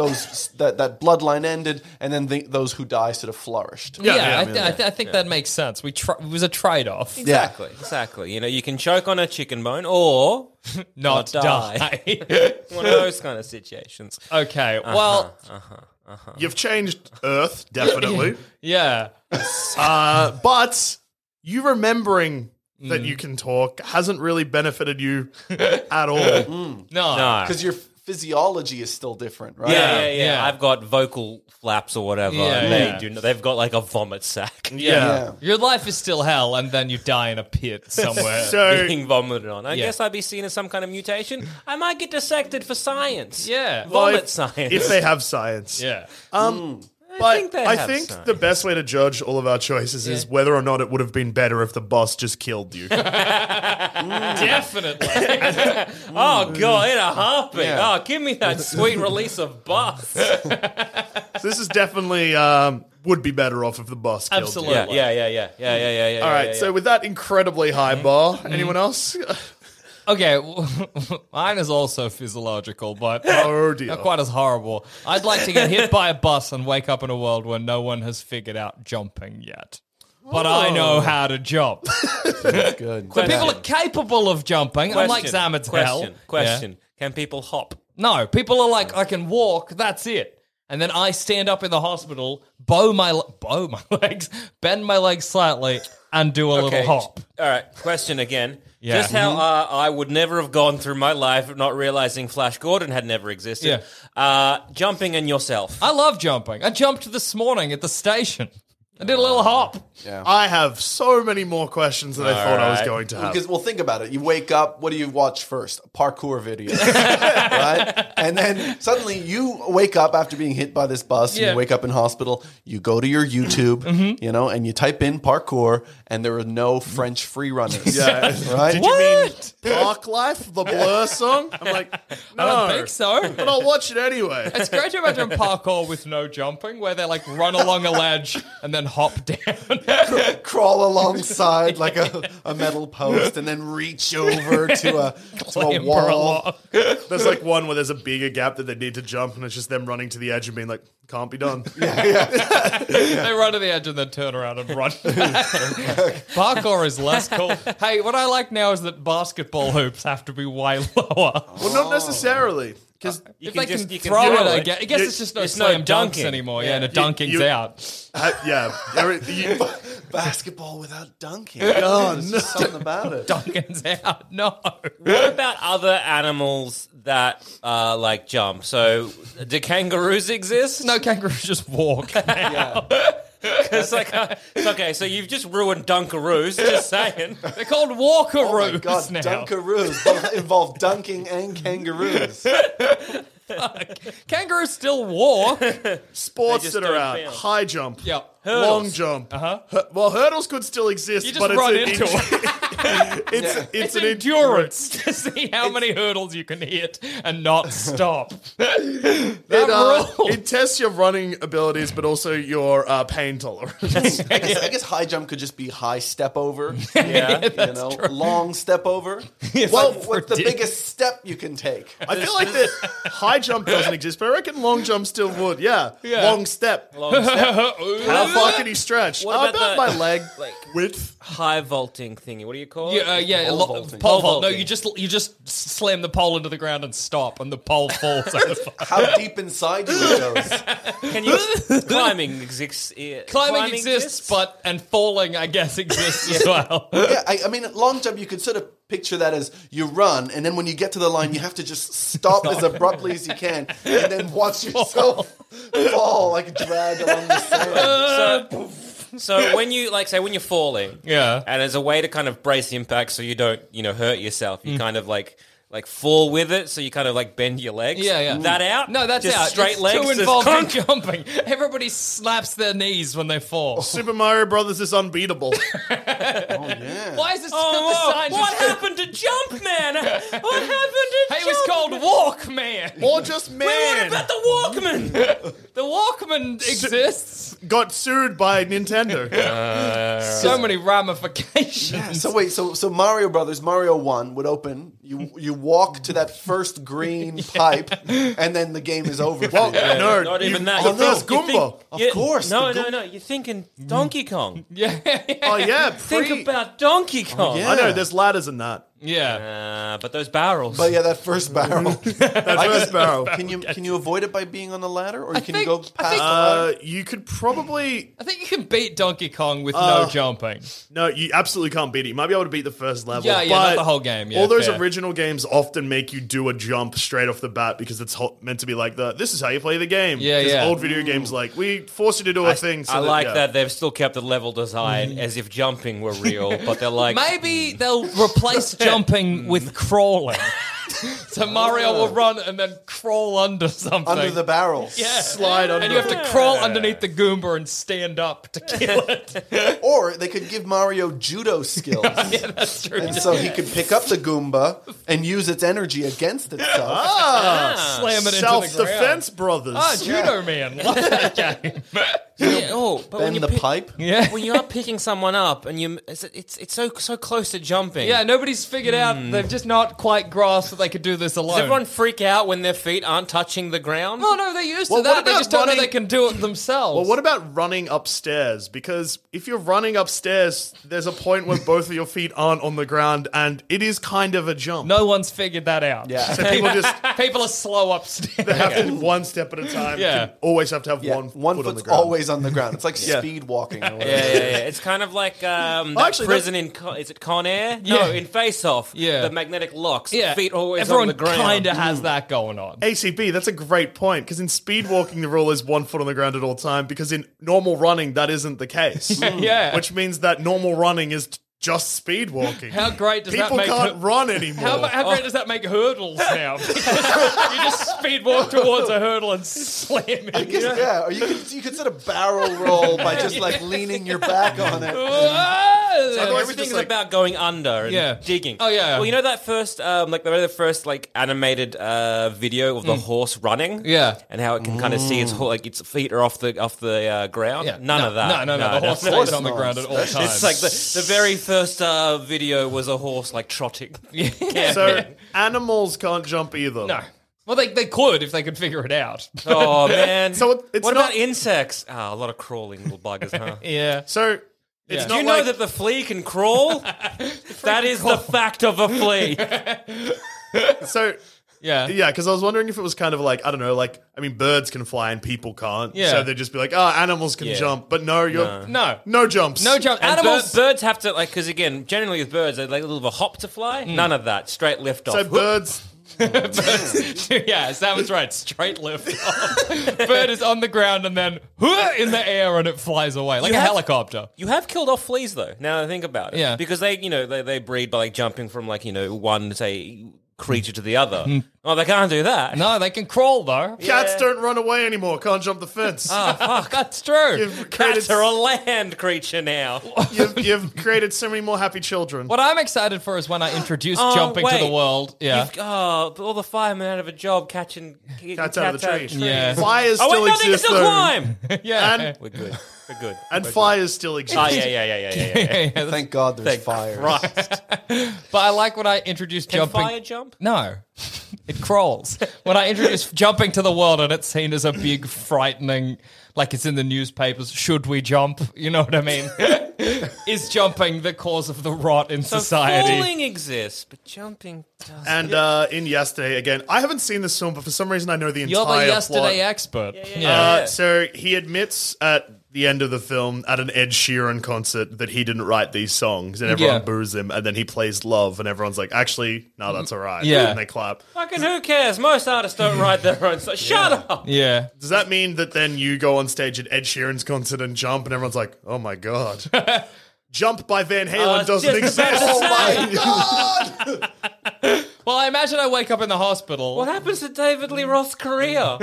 Speaker 3: those that that bloodline ended, and then the, those who die sort of flourished.
Speaker 5: yeah,
Speaker 4: yeah,
Speaker 5: I, th- I, th- I think that makes sense. We tr- it was a trade off.
Speaker 2: exactly. Exactly. You know, you can choke on a chicken bone, or
Speaker 5: Not,
Speaker 2: Not
Speaker 5: die. *laughs*
Speaker 2: die. one
Speaker 3: *laughs*
Speaker 2: of those kind of situations.
Speaker 5: okay. Well,
Speaker 4: You've changed Earth *laughs* definitely,
Speaker 5: yeah.
Speaker 4: uh, but you remembering that you can talk hasn't really benefited you at all.
Speaker 5: No.
Speaker 2: No.
Speaker 3: because your physiology is still different, right?
Speaker 2: Yeah, yeah, yeah,
Speaker 5: yeah.
Speaker 2: I've got vocal flaps or whatever.
Speaker 5: Yeah,
Speaker 2: and they
Speaker 5: yeah.
Speaker 2: do. not- They've got like a vomit sack.
Speaker 4: yeah.
Speaker 5: Your life is still hell, and then you die in a pit somewhere.
Speaker 4: So
Speaker 2: Being vomited on. I
Speaker 5: Yeah.
Speaker 2: guess I'd be seen as some kind of mutation. I might get dissected for science.
Speaker 5: Yeah.
Speaker 2: vomit
Speaker 4: if-
Speaker 2: science.
Speaker 4: if they have science,
Speaker 5: yeah.
Speaker 4: But I think,
Speaker 2: they have science.
Speaker 4: the best way to judge all of our choices is whether or not it would have been better if the boss just killed you.
Speaker 5: Definitely.
Speaker 2: oh god, in a heartbeat.
Speaker 3: Yeah.
Speaker 2: Oh, give me that sweet release of buzz.
Speaker 4: So this is definitely um, would be better off if the boss killed you.
Speaker 5: Absolutely.
Speaker 2: Yeah, yeah, yeah, yeah, yeah, yeah, yeah. yeah
Speaker 4: All right,
Speaker 2: yeah, yeah.
Speaker 4: so with that incredibly high bar, anyone else? *laughs*
Speaker 5: Okay, *laughs* w- mine is also physiological, but
Speaker 4: Oh, dear.
Speaker 5: not quite as horrible. I'd like to get hit by a bus and wake up in a world where no one has figured out jumping yet. But I know how to jump.
Speaker 3: Good.
Speaker 5: But people are capable of jumping, unlike
Speaker 2: Question,
Speaker 5: Zamet's
Speaker 2: Question,
Speaker 5: hell.
Speaker 2: question.
Speaker 5: Yeah.
Speaker 2: Can people hop?
Speaker 5: No, people are like, I can walk, that's it. And then I stand up in the hospital, bow my le- bow my *laughs* legs, bend my legs slightly, and do a little hop.
Speaker 2: All right. Question again.
Speaker 5: Yeah.
Speaker 2: Just how uh, I would never have gone through my life not realizing Flash Gordon had never existed. Uh, jumping in
Speaker 5: *laughs*
Speaker 2: yourself.
Speaker 5: I love jumping. I jumped this morning at the station. I did a little hop.
Speaker 4: I have so many more questions than I thought I was going to have.
Speaker 3: Because well, think about it. You wake up. What do you watch first? Parkour
Speaker 4: *laughs*
Speaker 3: videos, right? And then suddenly you wake up after being hit by this bus. And
Speaker 5: Yeah.
Speaker 3: you wake up in hospital. You go to your YouTube,
Speaker 4: Mm-hmm.
Speaker 3: you know, and you type in parkour, and there are no French free runners.
Speaker 4: *laughs* Yeah.
Speaker 3: *laughs* right.
Speaker 4: Did you mean Park Life, the Blur song?
Speaker 3: *laughs*
Speaker 4: I'm like, no,
Speaker 5: I don't think so.
Speaker 4: but I'll watch it anyway.
Speaker 5: It's great to imagine parkour with no jumping, where they like run along a ledge and then hop *laughs* down.
Speaker 3: Crawl alongside like a, a metal post, and then reach over
Speaker 4: *laughs*
Speaker 3: to a
Speaker 5: *laughs*
Speaker 3: to a wall.
Speaker 4: There's like one where there's a bigger gap that they need to jump, and it's just them running to the edge and being like, can't be done.
Speaker 5: They run to the edge and then turn around
Speaker 2: *laughs*
Speaker 5: and run. *laughs* parkour is less cool. Hey, what I like now is that basketball hoops have to be way lower.
Speaker 4: Well, not necessarily. Because
Speaker 5: if
Speaker 2: can
Speaker 5: they
Speaker 2: just- you
Speaker 5: can
Speaker 2: can
Speaker 5: throw
Speaker 2: throw
Speaker 5: it, I
Speaker 2: it.
Speaker 5: guess, I guess
Speaker 4: You-
Speaker 5: it's just no
Speaker 2: it's no
Speaker 5: slam dunks
Speaker 2: dunking.
Speaker 5: anymore. Yeah, and a
Speaker 2: You-
Speaker 5: dunking's
Speaker 4: you-
Speaker 5: out. *laughs*
Speaker 4: yeah, every- you-
Speaker 3: *laughs* Basketball without dunking. *laughs* Oh, There's just something about it.
Speaker 5: Dunking's out.
Speaker 2: *laughs*
Speaker 5: No.
Speaker 2: What about other animals that uh, like jump? So, do kangaroos exist?
Speaker 5: No kangaroos
Speaker 2: *laughs*
Speaker 5: just walk. *laughs*
Speaker 2: it's like uh, it's okay. So you've just ruined
Speaker 5: *laughs*
Speaker 2: dunkaroos. Just saying.
Speaker 5: They're called walkaroos
Speaker 3: Oh my god,
Speaker 5: now.
Speaker 3: dunkaroos both involve dunking and
Speaker 4: *laughs*
Speaker 3: kangaroos.
Speaker 5: Kangaroos
Speaker 2: *laughs*
Speaker 5: still walk.
Speaker 4: sports
Speaker 2: just
Speaker 4: that are
Speaker 2: don't
Speaker 4: out
Speaker 2: fail.
Speaker 4: high jump,
Speaker 5: Yeah.
Speaker 4: long jump. Uh-huh. well, hurdles could still exist,
Speaker 5: You just
Speaker 4: but
Speaker 5: run
Speaker 4: it's, an
Speaker 5: into
Speaker 4: in- it's, it's,
Speaker 5: It's,
Speaker 4: an
Speaker 5: endurance to see how many hurdles you can hit and not stop. *laughs* that
Speaker 4: It, uh,
Speaker 5: *laughs* rule.
Speaker 4: it tests your running abilities, but also your uh, pain tolerance.
Speaker 3: I guess, I guess high jump could just be high step over. Yeah,
Speaker 4: *laughs*
Speaker 3: you know, long step over. well, what's the
Speaker 5: *laughs*
Speaker 3: biggest step you can take?
Speaker 4: I feel like that high jump doesn't exist, but I reckon long jump still would. Yeah, long step. How far can you stretch?
Speaker 2: What
Speaker 4: Uh,
Speaker 2: about
Speaker 4: about
Speaker 2: the-
Speaker 4: my leg
Speaker 2: like-
Speaker 4: width.
Speaker 2: High vaulting thingy. What do you call
Speaker 5: Yeah, uh,
Speaker 2: it?
Speaker 5: yeah,
Speaker 3: Pole
Speaker 5: lo-
Speaker 3: vaulting.
Speaker 5: pole
Speaker 2: Pole
Speaker 5: vault. No,
Speaker 2: vaulting.
Speaker 5: you just you just s- slam the pole into the ground and stop, and the pole falls over.
Speaker 3: How deep inside you it
Speaker 4: *laughs*
Speaker 3: goes?
Speaker 2: Can you
Speaker 5: *laughs*
Speaker 2: climbing exists? eh, Climbing,
Speaker 5: *laughs* Climbing, exists, but and falling, I guess, exists as well. *laughs*
Speaker 3: Yeah, I, I mean, long jump. You could sort of picture that as you run, and then when you get to the line, you have to just stop as abruptly as you can, and then
Speaker 4: *laughs*
Speaker 3: watch yourself fall like dragged along the sand.
Speaker 2: So,
Speaker 5: Uh,
Speaker 2: so when you like say when you're falling,
Speaker 5: Yeah.
Speaker 2: and as a way to kind of brace the impact, so you don't you know hurt yourself,
Speaker 5: Mm.
Speaker 2: you kind of like like fall with it, so you kind of like bend your legs.
Speaker 5: Yeah, yeah.
Speaker 2: That out?
Speaker 5: No, that's
Speaker 2: Just
Speaker 5: out.
Speaker 2: Straight
Speaker 5: it's
Speaker 2: legs.
Speaker 5: Too
Speaker 2: just
Speaker 5: involved in *laughs*
Speaker 2: conk.
Speaker 5: jumping. Everybody slaps their knees when they fall.
Speaker 4: *laughs* Super Mario Brothers is unbeatable.
Speaker 5: Why is this
Speaker 2: Oh, whoa.
Speaker 5: the sign
Speaker 2: what
Speaker 5: just
Speaker 2: happened to Jump Man? What happened
Speaker 5: *laughs*
Speaker 2: to
Speaker 5: Hey, it
Speaker 2: Jump
Speaker 5: was called Walkman.
Speaker 4: or just
Speaker 2: What
Speaker 4: man
Speaker 2: about the Walkman?
Speaker 5: *laughs* The Walkman exists.
Speaker 4: got sued by Nintendo.
Speaker 5: So many ramifications.
Speaker 3: So wait, so so Mario Brothers, Mario One would open. You you walk to that first green
Speaker 4: *laughs*
Speaker 3: pipe, and then the game is over.
Speaker 4: *laughs* Well,
Speaker 3: for you.
Speaker 4: no,
Speaker 2: Not even that.
Speaker 4: Oh,
Speaker 2: You
Speaker 4: no, it's
Speaker 2: think- you think-
Speaker 4: Goomba.
Speaker 3: Of
Speaker 2: you-
Speaker 3: course,
Speaker 2: No,
Speaker 3: the
Speaker 2: no,
Speaker 3: Goom-
Speaker 2: no. You're thinking Donkey Kong.
Speaker 5: *laughs* Yeah, yeah.
Speaker 4: Oh yeah, pre-
Speaker 2: Think about Donkey Kong.
Speaker 4: I know there's ladders in that.
Speaker 5: yeah.
Speaker 2: Uh, but those barrels.
Speaker 3: But yeah, that first barrel. that
Speaker 4: first barrel.
Speaker 3: Can you can you avoid it by being on the ladder, or can
Speaker 5: think-
Speaker 3: you go
Speaker 5: I
Speaker 3: past?
Speaker 5: think-
Speaker 3: the
Speaker 4: Uh,
Speaker 3: ladder?
Speaker 4: you could probably
Speaker 5: I think you can beat Donkey Kong with no jumping.
Speaker 4: no, you absolutely can't beat it. You might be able to beat the first level.
Speaker 5: Yeah, yeah, not
Speaker 4: but
Speaker 5: the whole game, yeah,
Speaker 4: all those
Speaker 5: fair.
Speaker 4: original games often make you do a jump straight off the bat because it's ho- meant to be like the this is how you play the game.
Speaker 5: Yeah,
Speaker 4: 'Cause
Speaker 5: yeah.
Speaker 4: Old video games like we force you to do a thing. So
Speaker 2: I like
Speaker 4: yeah.
Speaker 2: that they've still kept the level design as if jumping were real, but they're like,
Speaker 5: Maybe they'll replace jumping with crawling. So Mario will run and then crawl under something.
Speaker 3: Under the barrel.
Speaker 5: yeah. *laughs*
Speaker 4: Slide under.
Speaker 5: And you have to crawl underneath the Goomba and stand up to kill it.
Speaker 3: Or they could give Mario judo skills.
Speaker 5: yeah, *laughs* that's true.
Speaker 3: And so he could pick up the Goomba and use its energy against itself.
Speaker 2: "Ah."
Speaker 5: slam it into the ground.
Speaker 4: Self defense, brothers.
Speaker 5: Ah, Judo Man. Love that game. *laughs*
Speaker 2: Oh, but when
Speaker 3: Bend
Speaker 2: you
Speaker 3: the
Speaker 2: pick-
Speaker 3: pipe.
Speaker 5: Yeah.
Speaker 2: when you are picking someone up and you it's it's, it's so so close to jumping.
Speaker 5: Yeah, nobody's figured out. They've just not quite grasped that they could do this alone.
Speaker 2: Does everyone freak out when their feet aren't touching the ground?
Speaker 5: Oh, No, no, they're used
Speaker 4: Well,
Speaker 5: to that.
Speaker 4: what
Speaker 5: They
Speaker 4: about
Speaker 5: just don't know
Speaker 4: running-
Speaker 5: they can do it themselves.
Speaker 4: Well, what about running upstairs? Because if you're running upstairs, there's a point where both of your feet aren't on the ground, and it is kind of a jump.
Speaker 5: no one's figured that out.
Speaker 3: Yeah. *laughs*
Speaker 4: So people just
Speaker 5: *laughs* People are slow upstairs.
Speaker 4: they have to one step at a time.
Speaker 5: Yeah.
Speaker 4: You always have to have
Speaker 3: Yeah,
Speaker 4: one,
Speaker 3: one
Speaker 4: foot on the
Speaker 3: foot's
Speaker 4: ground.
Speaker 3: always on the ground. It's like speed walking. Or whatever.
Speaker 2: Yeah, yeah, yeah. It's kind of like um, that
Speaker 4: Actually,
Speaker 2: prison in Con- is it Con Air? No,
Speaker 5: Yeah.
Speaker 2: in Face Off.
Speaker 5: Yeah.
Speaker 2: the magnetic locks.
Speaker 5: *laughs* Yeah,
Speaker 2: feet always
Speaker 5: everyone
Speaker 2: on the ground.
Speaker 5: kind of has that going on.
Speaker 4: ACB, that's a great point because in speed walking, the rule is one foot on the ground at all time because in normal running, that isn't the case.
Speaker 5: *laughs* yeah.
Speaker 4: Which means that normal running is t- just speed walking.
Speaker 5: How great does that
Speaker 4: People
Speaker 5: make
Speaker 4: can't
Speaker 5: it-
Speaker 4: run anymore.
Speaker 5: How, how great does that make hurdles now? *laughs* you just speed walk towards a hurdle and slam it.
Speaker 3: I
Speaker 5: *laughs*
Speaker 3: guess, yeah, or you could you could set a barrel roll by just like leaning your back on
Speaker 5: Oh,
Speaker 3: it.
Speaker 5: *laughs* Ah!
Speaker 3: Otherwise, it's
Speaker 2: Everything's
Speaker 3: just like-
Speaker 2: about going under and
Speaker 5: Yeah.
Speaker 2: digging.
Speaker 5: Oh, yeah.
Speaker 2: Well, you know that first, um, like remember the first like animated uh, video of the horse running.
Speaker 5: Mm. Yeah.
Speaker 2: and how it can kind of see its ho- like its feet are off the off the uh, ground.
Speaker 5: Yeah,
Speaker 2: None
Speaker 5: no,
Speaker 2: of that.
Speaker 5: No, no, no. the horse
Speaker 2: that's-
Speaker 5: stays on the ground at all times.
Speaker 2: *laughs* It's like
Speaker 5: *laughs*
Speaker 2: the, the very first uh, video was a horse like
Speaker 5: *laughs*
Speaker 2: trotting.
Speaker 4: *laughs* so animals can't jump either.
Speaker 5: no. Well, they, they could if they could figure it out. *laughs*
Speaker 2: Oh man!
Speaker 4: So it- it's
Speaker 2: what
Speaker 4: not-
Speaker 2: about insects? Ah, a lot of crawling little buggers,
Speaker 5: *laughs*
Speaker 2: huh?
Speaker 5: yeah.
Speaker 4: So it's
Speaker 5: Yeah.
Speaker 4: not
Speaker 2: Do you
Speaker 4: like
Speaker 2: know that the flea can
Speaker 5: *laughs*
Speaker 2: crawl? that is the fact of a flea.
Speaker 4: so.
Speaker 5: Yeah.
Speaker 4: Yeah, because I was wondering if it was kind of like I don't know, like I mean, birds can fly and people can't.
Speaker 5: Yeah.
Speaker 4: So they'd just be like, oh, animals can
Speaker 2: Yeah.
Speaker 4: jump, but no, you're no,
Speaker 5: No.
Speaker 4: jumps,
Speaker 5: No jump.
Speaker 2: And
Speaker 5: Animals.
Speaker 2: bir- birds have to like because again, generally with birds, they're like a little of a hop to fly.
Speaker 5: Hmm.
Speaker 2: None of that. Straight lift off.
Speaker 4: So
Speaker 2: Whoop.
Speaker 4: birds
Speaker 5: *laughs*
Speaker 2: *laughs*
Speaker 5: yeah, Sam was right. Straight *laughs* lift. up. Bird is on the ground and then "Huh," in the air and it flies away like
Speaker 2: You
Speaker 5: a
Speaker 2: have-
Speaker 5: helicopter.
Speaker 2: You have killed off fleas though. Now that I think about it,
Speaker 5: Yeah.
Speaker 2: because they, you know, they, they breed by like jumping from like you know one say creature to the other. Oh, they can't do that.
Speaker 5: Hmm. No, they can crawl though. *laughs* Oh,
Speaker 4: Cats don't run away anymore. Can't jump the fence.
Speaker 5: Ah. That's true.
Speaker 2: *laughs*
Speaker 4: you've
Speaker 2: Cats
Speaker 4: created,
Speaker 2: are a land creature now.
Speaker 4: you've, you've created so many more happy children.
Speaker 5: What I'm excited for is when I introduce
Speaker 2: Oh,
Speaker 5: jumping to the
Speaker 2: wait.
Speaker 5: world. *laughs* Yeah.
Speaker 2: You've- Oh, all the firemen out of a job catching c-
Speaker 4: Cats out of the tree.
Speaker 5: Yeah.
Speaker 4: Fires
Speaker 2: Oh
Speaker 4: still
Speaker 2: wait, no, they can
Speaker 4: exist
Speaker 2: still
Speaker 4: though,
Speaker 2: climb.
Speaker 5: *laughs* yeah.
Speaker 4: and
Speaker 2: We're good. We're good.
Speaker 4: and fires still exist.
Speaker 2: Ah, *laughs* yeah, yeah, yeah, yeah, yeah. yeah.
Speaker 3: Thank God there's
Speaker 2: Thank
Speaker 3: fire.
Speaker 2: Christ.
Speaker 5: But I like when I introduce
Speaker 2: Can
Speaker 5: *laughs* jumping.
Speaker 2: fire jump?
Speaker 5: No. It crawls. When I introduce jumping to the world and it's seen as a big, frightening, like it's in the newspapers, should we jump? You know what I
Speaker 2: *laughs*
Speaker 5: mean? Is jumping the cause of the rot in
Speaker 2: So
Speaker 5: society?
Speaker 2: falling exists, but jumping doesn't.
Speaker 4: And uh, in yesterday again, I haven't seen this film, but for some reason I know the
Speaker 5: You're
Speaker 4: entire
Speaker 5: the yesterday
Speaker 4: plot.
Speaker 5: expert. Yeah.
Speaker 4: Uh, so he admits at the end of the film at an Ed Sheeran concert that he didn't write these songs, and everyone
Speaker 5: Yeah.
Speaker 4: boos him. And then he plays "Love," and everyone's like, "Actually, no,
Speaker 2: Mm-hmm.
Speaker 4: that's all right."
Speaker 5: Yeah.
Speaker 4: and they clap.
Speaker 2: Fucking who cares? Most artists don't write their own songs. Shut up.
Speaker 5: Yeah.
Speaker 4: Does that mean that then you go on stage at Ed Sheeran's concert and jump, and everyone's like, "Oh my
Speaker 5: *laughs*
Speaker 4: god, Jump by Van Halen
Speaker 2: Uh,
Speaker 4: doesn't
Speaker 2: just about
Speaker 4: exist."
Speaker 2: to
Speaker 5: Oh
Speaker 2: say.
Speaker 4: *laughs*
Speaker 5: Well, I imagine I wake up in the hospital.
Speaker 2: What happens to David Lee Roth's
Speaker 5: *laughs*
Speaker 2: career?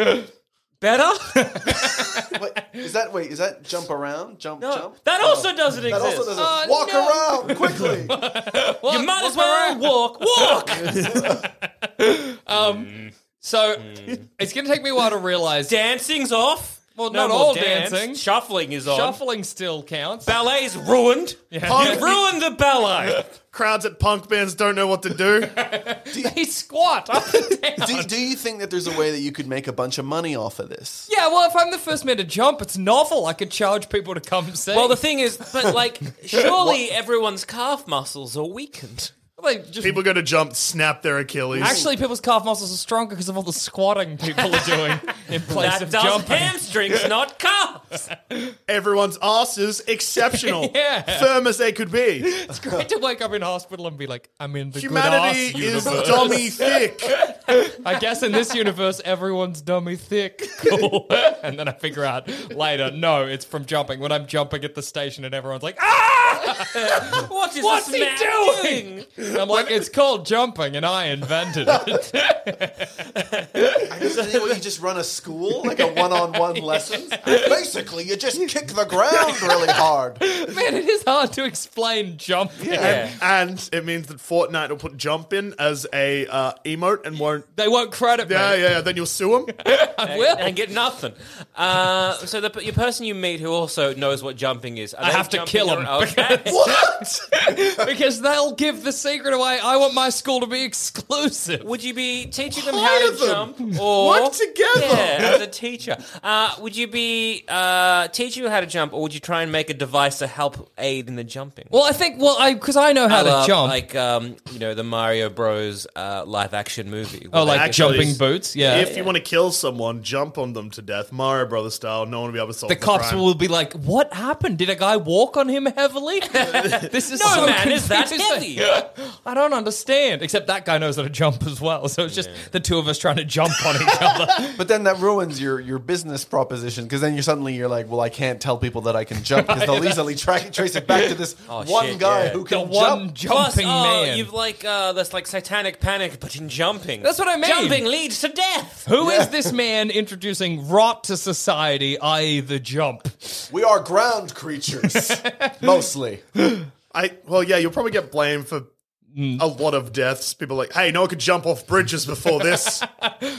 Speaker 2: Better?
Speaker 3: Wait, is that wait? Is that jump around? Jump, jump.
Speaker 2: that also doesn't
Speaker 3: That also
Speaker 2: exist.
Speaker 3: doesn't
Speaker 5: Oh,
Speaker 3: walk
Speaker 5: no.
Speaker 3: around *laughs* quickly.
Speaker 2: you might as well walk. Walk!
Speaker 5: *laughs* So
Speaker 2: Hmm.
Speaker 5: it's going to take me a while to realize
Speaker 2: Dancing's off.
Speaker 5: Well,
Speaker 2: No
Speaker 5: not
Speaker 2: more
Speaker 5: all
Speaker 2: dance.
Speaker 5: dancing.
Speaker 2: Shuffling is on.
Speaker 5: Shuffling still counts.
Speaker 2: Ballet's
Speaker 5: *laughs*
Speaker 2: ruined. You've ruined the ballet.
Speaker 4: Crowds at punk bands don't know what to do.
Speaker 5: They *laughs* squat up and down.
Speaker 3: do, do you think that there's a way that you could make a bunch of money off of this?
Speaker 5: Yeah, well, if I'm the first man to jump, it's novel. I could charge people to come see.
Speaker 2: well, the thing is, but *laughs* like, surely everyone's calf muscles are weakened.
Speaker 5: They just-
Speaker 4: People go to jump, snap their Achilles.
Speaker 5: actually, people's calf muscles are stronger because of all the squatting people are doing
Speaker 2: *laughs*
Speaker 5: in place
Speaker 2: That
Speaker 5: of
Speaker 2: does
Speaker 5: jumping. *laughs*
Speaker 2: hamstrings, not calves.
Speaker 4: everyone's ass is exceptional,
Speaker 5: *laughs* Yeah.
Speaker 4: firm as they could be.
Speaker 5: It's great to wake up in hospital and be like, "I'm in the
Speaker 4: Humanity
Speaker 5: good
Speaker 4: is
Speaker 5: ass universe."
Speaker 4: dummy
Speaker 5: *laughs*
Speaker 4: thick.
Speaker 5: I guess in this universe, everyone's
Speaker 2: *laughs*
Speaker 5: dummy thick. Cool. *laughs* and then I figure out later, no, it's from jumping. When I'm jumping at the station and everyone's like, "Ah!"
Speaker 2: What is
Speaker 5: What's
Speaker 2: this
Speaker 5: he
Speaker 2: man
Speaker 5: doing? And I'm like, it's called jumping, and I invented
Speaker 2: *laughs*
Speaker 5: it.
Speaker 3: I just think what, you just run a school like a *laughs* one-on-one lessons. Basically, you just kick the ground really hard.
Speaker 5: Man, it is hard to explain jumping.
Speaker 4: And it means that Fortnite will put jump in as a uh, emote and won't.
Speaker 5: They won't credit me.
Speaker 4: Yeah, yeah, yeah. Then you'll sue them.
Speaker 5: I will.
Speaker 2: and get nothing. Uh, so the your person you meet who also knows what jumping is, are
Speaker 5: I
Speaker 2: they
Speaker 5: have to
Speaker 2: jumping
Speaker 5: kill 'em
Speaker 2: around- Okay. *laughs*
Speaker 5: *laughs* What? because they'll give the secret away. I want my school to be exclusive.
Speaker 2: Would you be teaching them how
Speaker 4: Hire
Speaker 2: to
Speaker 4: them. *laughs*
Speaker 2: jump, or
Speaker 4: Work together.
Speaker 2: Yeah, as a teacher, uh, would you be uh, teaching them how to jump, or would you try and make a device to help aid in the jumping?
Speaker 5: well, I think, well, I because I know how
Speaker 2: I love,
Speaker 5: to jump.
Speaker 2: like um, you know, the Mario Bros. Uh, live-action movie.
Speaker 5: oh, like
Speaker 4: Actually,
Speaker 5: jumping boots? Yeah.
Speaker 4: if you want to kill someone, jump on them to death, Mario Brothers style. No one will be able to solve
Speaker 5: the cops
Speaker 4: crime.
Speaker 5: will be like, "What happened? Did a guy walk on
Speaker 2: *laughs*
Speaker 5: him heavily? this is
Speaker 2: No,
Speaker 5: so
Speaker 2: Oh, man, it's
Speaker 5: *laughs*
Speaker 2: that
Speaker 5: confusing."
Speaker 2: heavy.
Speaker 5: I don't understand. Except that guy knows how to jump as well, so it's just the two of us trying to jump on each other.
Speaker 3: But then that ruins your, your business proposition because then you're suddenly you're like, well, I can't tell people that I can jump because
Speaker 5: *laughs*
Speaker 3: they'll easily track, trace it back to this one
Speaker 2: shit,
Speaker 3: guy
Speaker 2: yeah.
Speaker 3: who
Speaker 5: Oh, the
Speaker 3: can
Speaker 5: one
Speaker 3: jump.
Speaker 2: Plus,
Speaker 5: jumping
Speaker 2: oh,
Speaker 5: man.
Speaker 2: you've like uh, that's like Satanic Panic, but in jumping.
Speaker 5: That's what I mean.
Speaker 2: Jumping leads to
Speaker 5: *laughs*
Speaker 2: death.
Speaker 5: Who is this man introducing rot to society, i.e., the jump?
Speaker 3: We are ground
Speaker 5: *laughs*
Speaker 3: creatures, mostly.
Speaker 4: I well, yeah, you'll probably get blamed for
Speaker 5: Mm.
Speaker 4: a lot of deaths. People are like, hey, no one could jump off bridges before
Speaker 5: *laughs*
Speaker 4: this.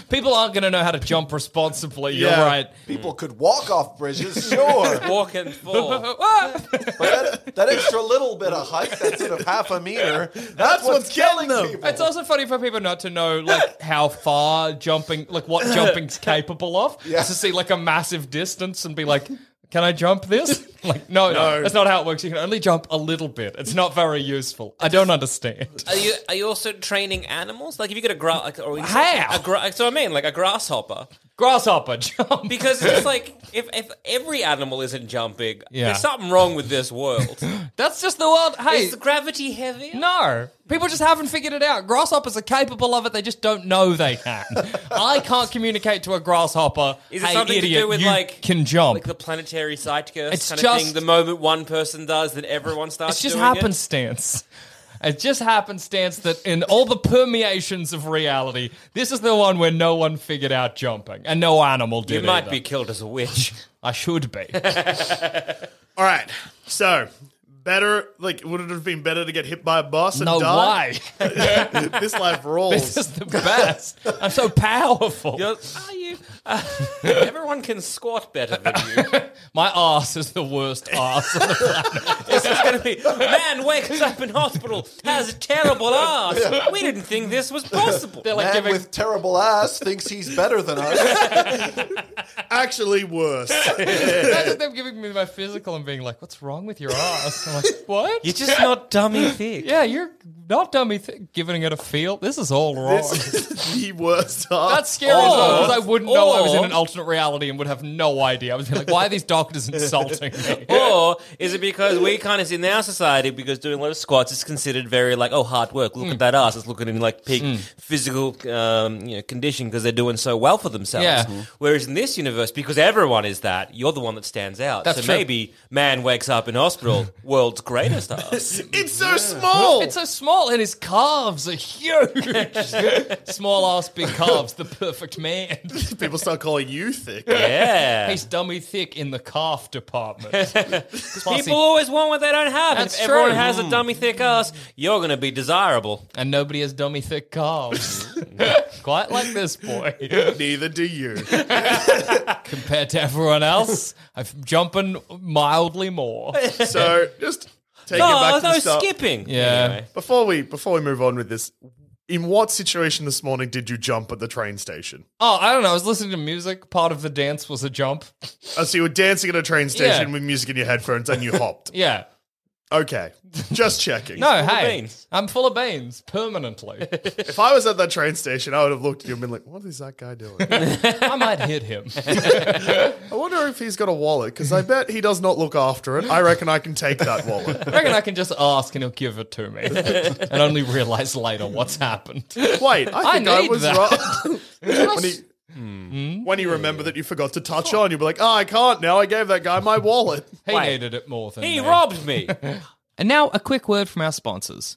Speaker 5: People aren't going to know how to jump responsibly.
Speaker 4: Yeah.
Speaker 5: You're right.
Speaker 3: People could walk off *laughs* bridges, sure.
Speaker 2: Walk
Speaker 5: *laughs*
Speaker 2: and
Speaker 5: Uh,
Speaker 2: fall.
Speaker 5: ah,
Speaker 3: But that, that extra little bit of height, that sort of half a meter, that's, what's,
Speaker 4: what's
Speaker 3: killing
Speaker 4: getting them.
Speaker 3: people.
Speaker 5: It's also funny for people not to know like how far jumping, like what jumping's capable of.
Speaker 3: Yeah.
Speaker 5: To see like a massive distance and be like, "Can I jump this?" Like, no, no, that's not how it works. You can only jump a little bit. It's not very useful. I don't understand.
Speaker 2: Are you are you also training animals? Like if you get a grass, like, or you-
Speaker 5: How?
Speaker 2: A gra- so I mean, like a grasshopper,
Speaker 5: Grasshopper *laughs* jump.
Speaker 2: because it's just like if if every animal isn't jumping,
Speaker 5: Yeah.
Speaker 2: there's something wrong with this
Speaker 5: *laughs*
Speaker 2: world.
Speaker 5: *laughs* that's just the world. Hey,
Speaker 2: Is the gravity heavier?
Speaker 5: no. People just haven't figured it out. Grasshoppers are capable of it. They just don't know
Speaker 2: *laughs*
Speaker 5: they can. I can't communicate to a grasshopper.
Speaker 2: Is it
Speaker 5: "Hey,
Speaker 2: something to
Speaker 5: idiot,
Speaker 2: do with
Speaker 5: you
Speaker 2: like
Speaker 5: can jump?
Speaker 2: like the planetary side curse
Speaker 5: It's
Speaker 2: kind of
Speaker 5: just-
Speaker 2: thing? The moment one person does, then everyone starts.
Speaker 5: It's just
Speaker 2: doing It?
Speaker 5: happenstance. It's just happenstance that in all the permeations of reality, this is the one where no one figured out jumping, and no animal
Speaker 2: You
Speaker 5: did.
Speaker 2: might
Speaker 5: either.
Speaker 2: be killed as a
Speaker 5: *laughs*
Speaker 2: witch.
Speaker 5: I should
Speaker 2: *laughs*
Speaker 5: be.
Speaker 4: All right, so better like would it have been better to get hit by a bus and
Speaker 5: no,
Speaker 4: die?
Speaker 5: why?
Speaker 4: *laughs* this life rolls.
Speaker 5: *laughs* This is
Speaker 2: *laughs*
Speaker 5: the best. I'm so powerful.
Speaker 2: You're- are you? *laughs* Uh, everyone can squat better than you.
Speaker 5: My ass is the worst ass. on the
Speaker 2: *laughs*
Speaker 5: planet.
Speaker 2: This is going to be man wakes up in hospital has a terrible
Speaker 5: *laughs*
Speaker 2: ass. We didn't think this was possible.
Speaker 5: They're like
Speaker 3: Man
Speaker 5: giving.
Speaker 3: with terrible ass thinks he's better than us.
Speaker 4: *laughs* Actually,
Speaker 5: *laughs*
Speaker 4: worse.
Speaker 5: Imagine them giving me my physical and being like, "What's wrong with your ass?"
Speaker 2: *laughs*
Speaker 5: I'm like, "What?
Speaker 2: You're just not dummy thick.
Speaker 5: yeah, you're not dummy th- giving it a feel. This is all wrong."
Speaker 4: this is the worst.
Speaker 5: *laughs* That's scary as well,
Speaker 2: Oh.
Speaker 5: because I wouldn't know I was in
Speaker 2: or-
Speaker 5: an alternate reality and would have no idea. I was like, why are these doctors insulting me?
Speaker 2: *laughs* Or is it because we kind of in our society because doing a lot of squats is considered very like oh hard work. Look
Speaker 5: Mm.
Speaker 2: at that ass. It's looking in like peak physical um, you know, condition because they're doing so well for themselves.
Speaker 5: Yeah. Mhm.
Speaker 2: Whereas in this universe, because everyone is that, you're the one that stands out.
Speaker 5: That's
Speaker 2: so
Speaker 5: true.
Speaker 2: maybe man wakes up in
Speaker 5: *laughs*
Speaker 2: hospital, world's greatest ass.
Speaker 4: It's so
Speaker 2: Oh.
Speaker 4: small.
Speaker 5: It's so small, and his calves are huge. *laughs* small ass, big calves, the perfect man. *laughs*
Speaker 4: People start calling you thick.
Speaker 2: Yeah.
Speaker 5: He's dummy thick in the
Speaker 2: *laughs*
Speaker 5: calf department. Plus he-
Speaker 2: People always want what they don't have.
Speaker 5: That's
Speaker 2: if everyone
Speaker 5: true.
Speaker 2: has a dummy thick ass, you're going to be desirable.
Speaker 5: and nobody has dummy thick calves. *laughs* Quite like this boy.
Speaker 4: Neither do you.
Speaker 5: Compared to everyone else,
Speaker 2: *laughs*
Speaker 5: I'm jumping mildly more.
Speaker 4: So just take it
Speaker 2: No,
Speaker 4: back to
Speaker 2: no
Speaker 4: the start.
Speaker 2: skipping.
Speaker 5: Yeah.
Speaker 4: Before we before we move on with this, in what situation this morning did you jump at the train station?
Speaker 5: Oh, I don't know. I was listening to music. Part of the dance was a jump.
Speaker 4: Oh, so you were dancing at a train station
Speaker 5: Yeah.
Speaker 4: with music in your headphones
Speaker 5: *laughs*
Speaker 4: and you hopped.
Speaker 5: Yeah.
Speaker 4: Okay, just checking.
Speaker 5: No,
Speaker 2: full of
Speaker 5: Oh, hey,
Speaker 2: beans.
Speaker 5: I'm full of beans
Speaker 2: *laughs*
Speaker 5: permanently.
Speaker 4: If I was at that train station, I would have looked at you and been like, "What is that guy doing?"
Speaker 5: *laughs* I might hit him.
Speaker 4: I wonder if he's got a wallet because I bet he does not look after it. I reckon I can take that wallet.
Speaker 5: I reckon I can just ask and he'll give it to me, and only realize later what's happened.
Speaker 4: Wait, I think I,
Speaker 5: need
Speaker 4: was
Speaker 5: that. Hmm.
Speaker 4: wrong.
Speaker 5: *laughs*
Speaker 4: when he, when you remember that you forgot to touch "Ah, on, you'll be like, "Oh, I can't now. I gave that guy my wallet."
Speaker 5: He
Speaker 2: Wait.
Speaker 5: needed it more than
Speaker 2: He
Speaker 5: *laughs* me.
Speaker 2: robbed me.
Speaker 5: And now a quick word from our sponsors.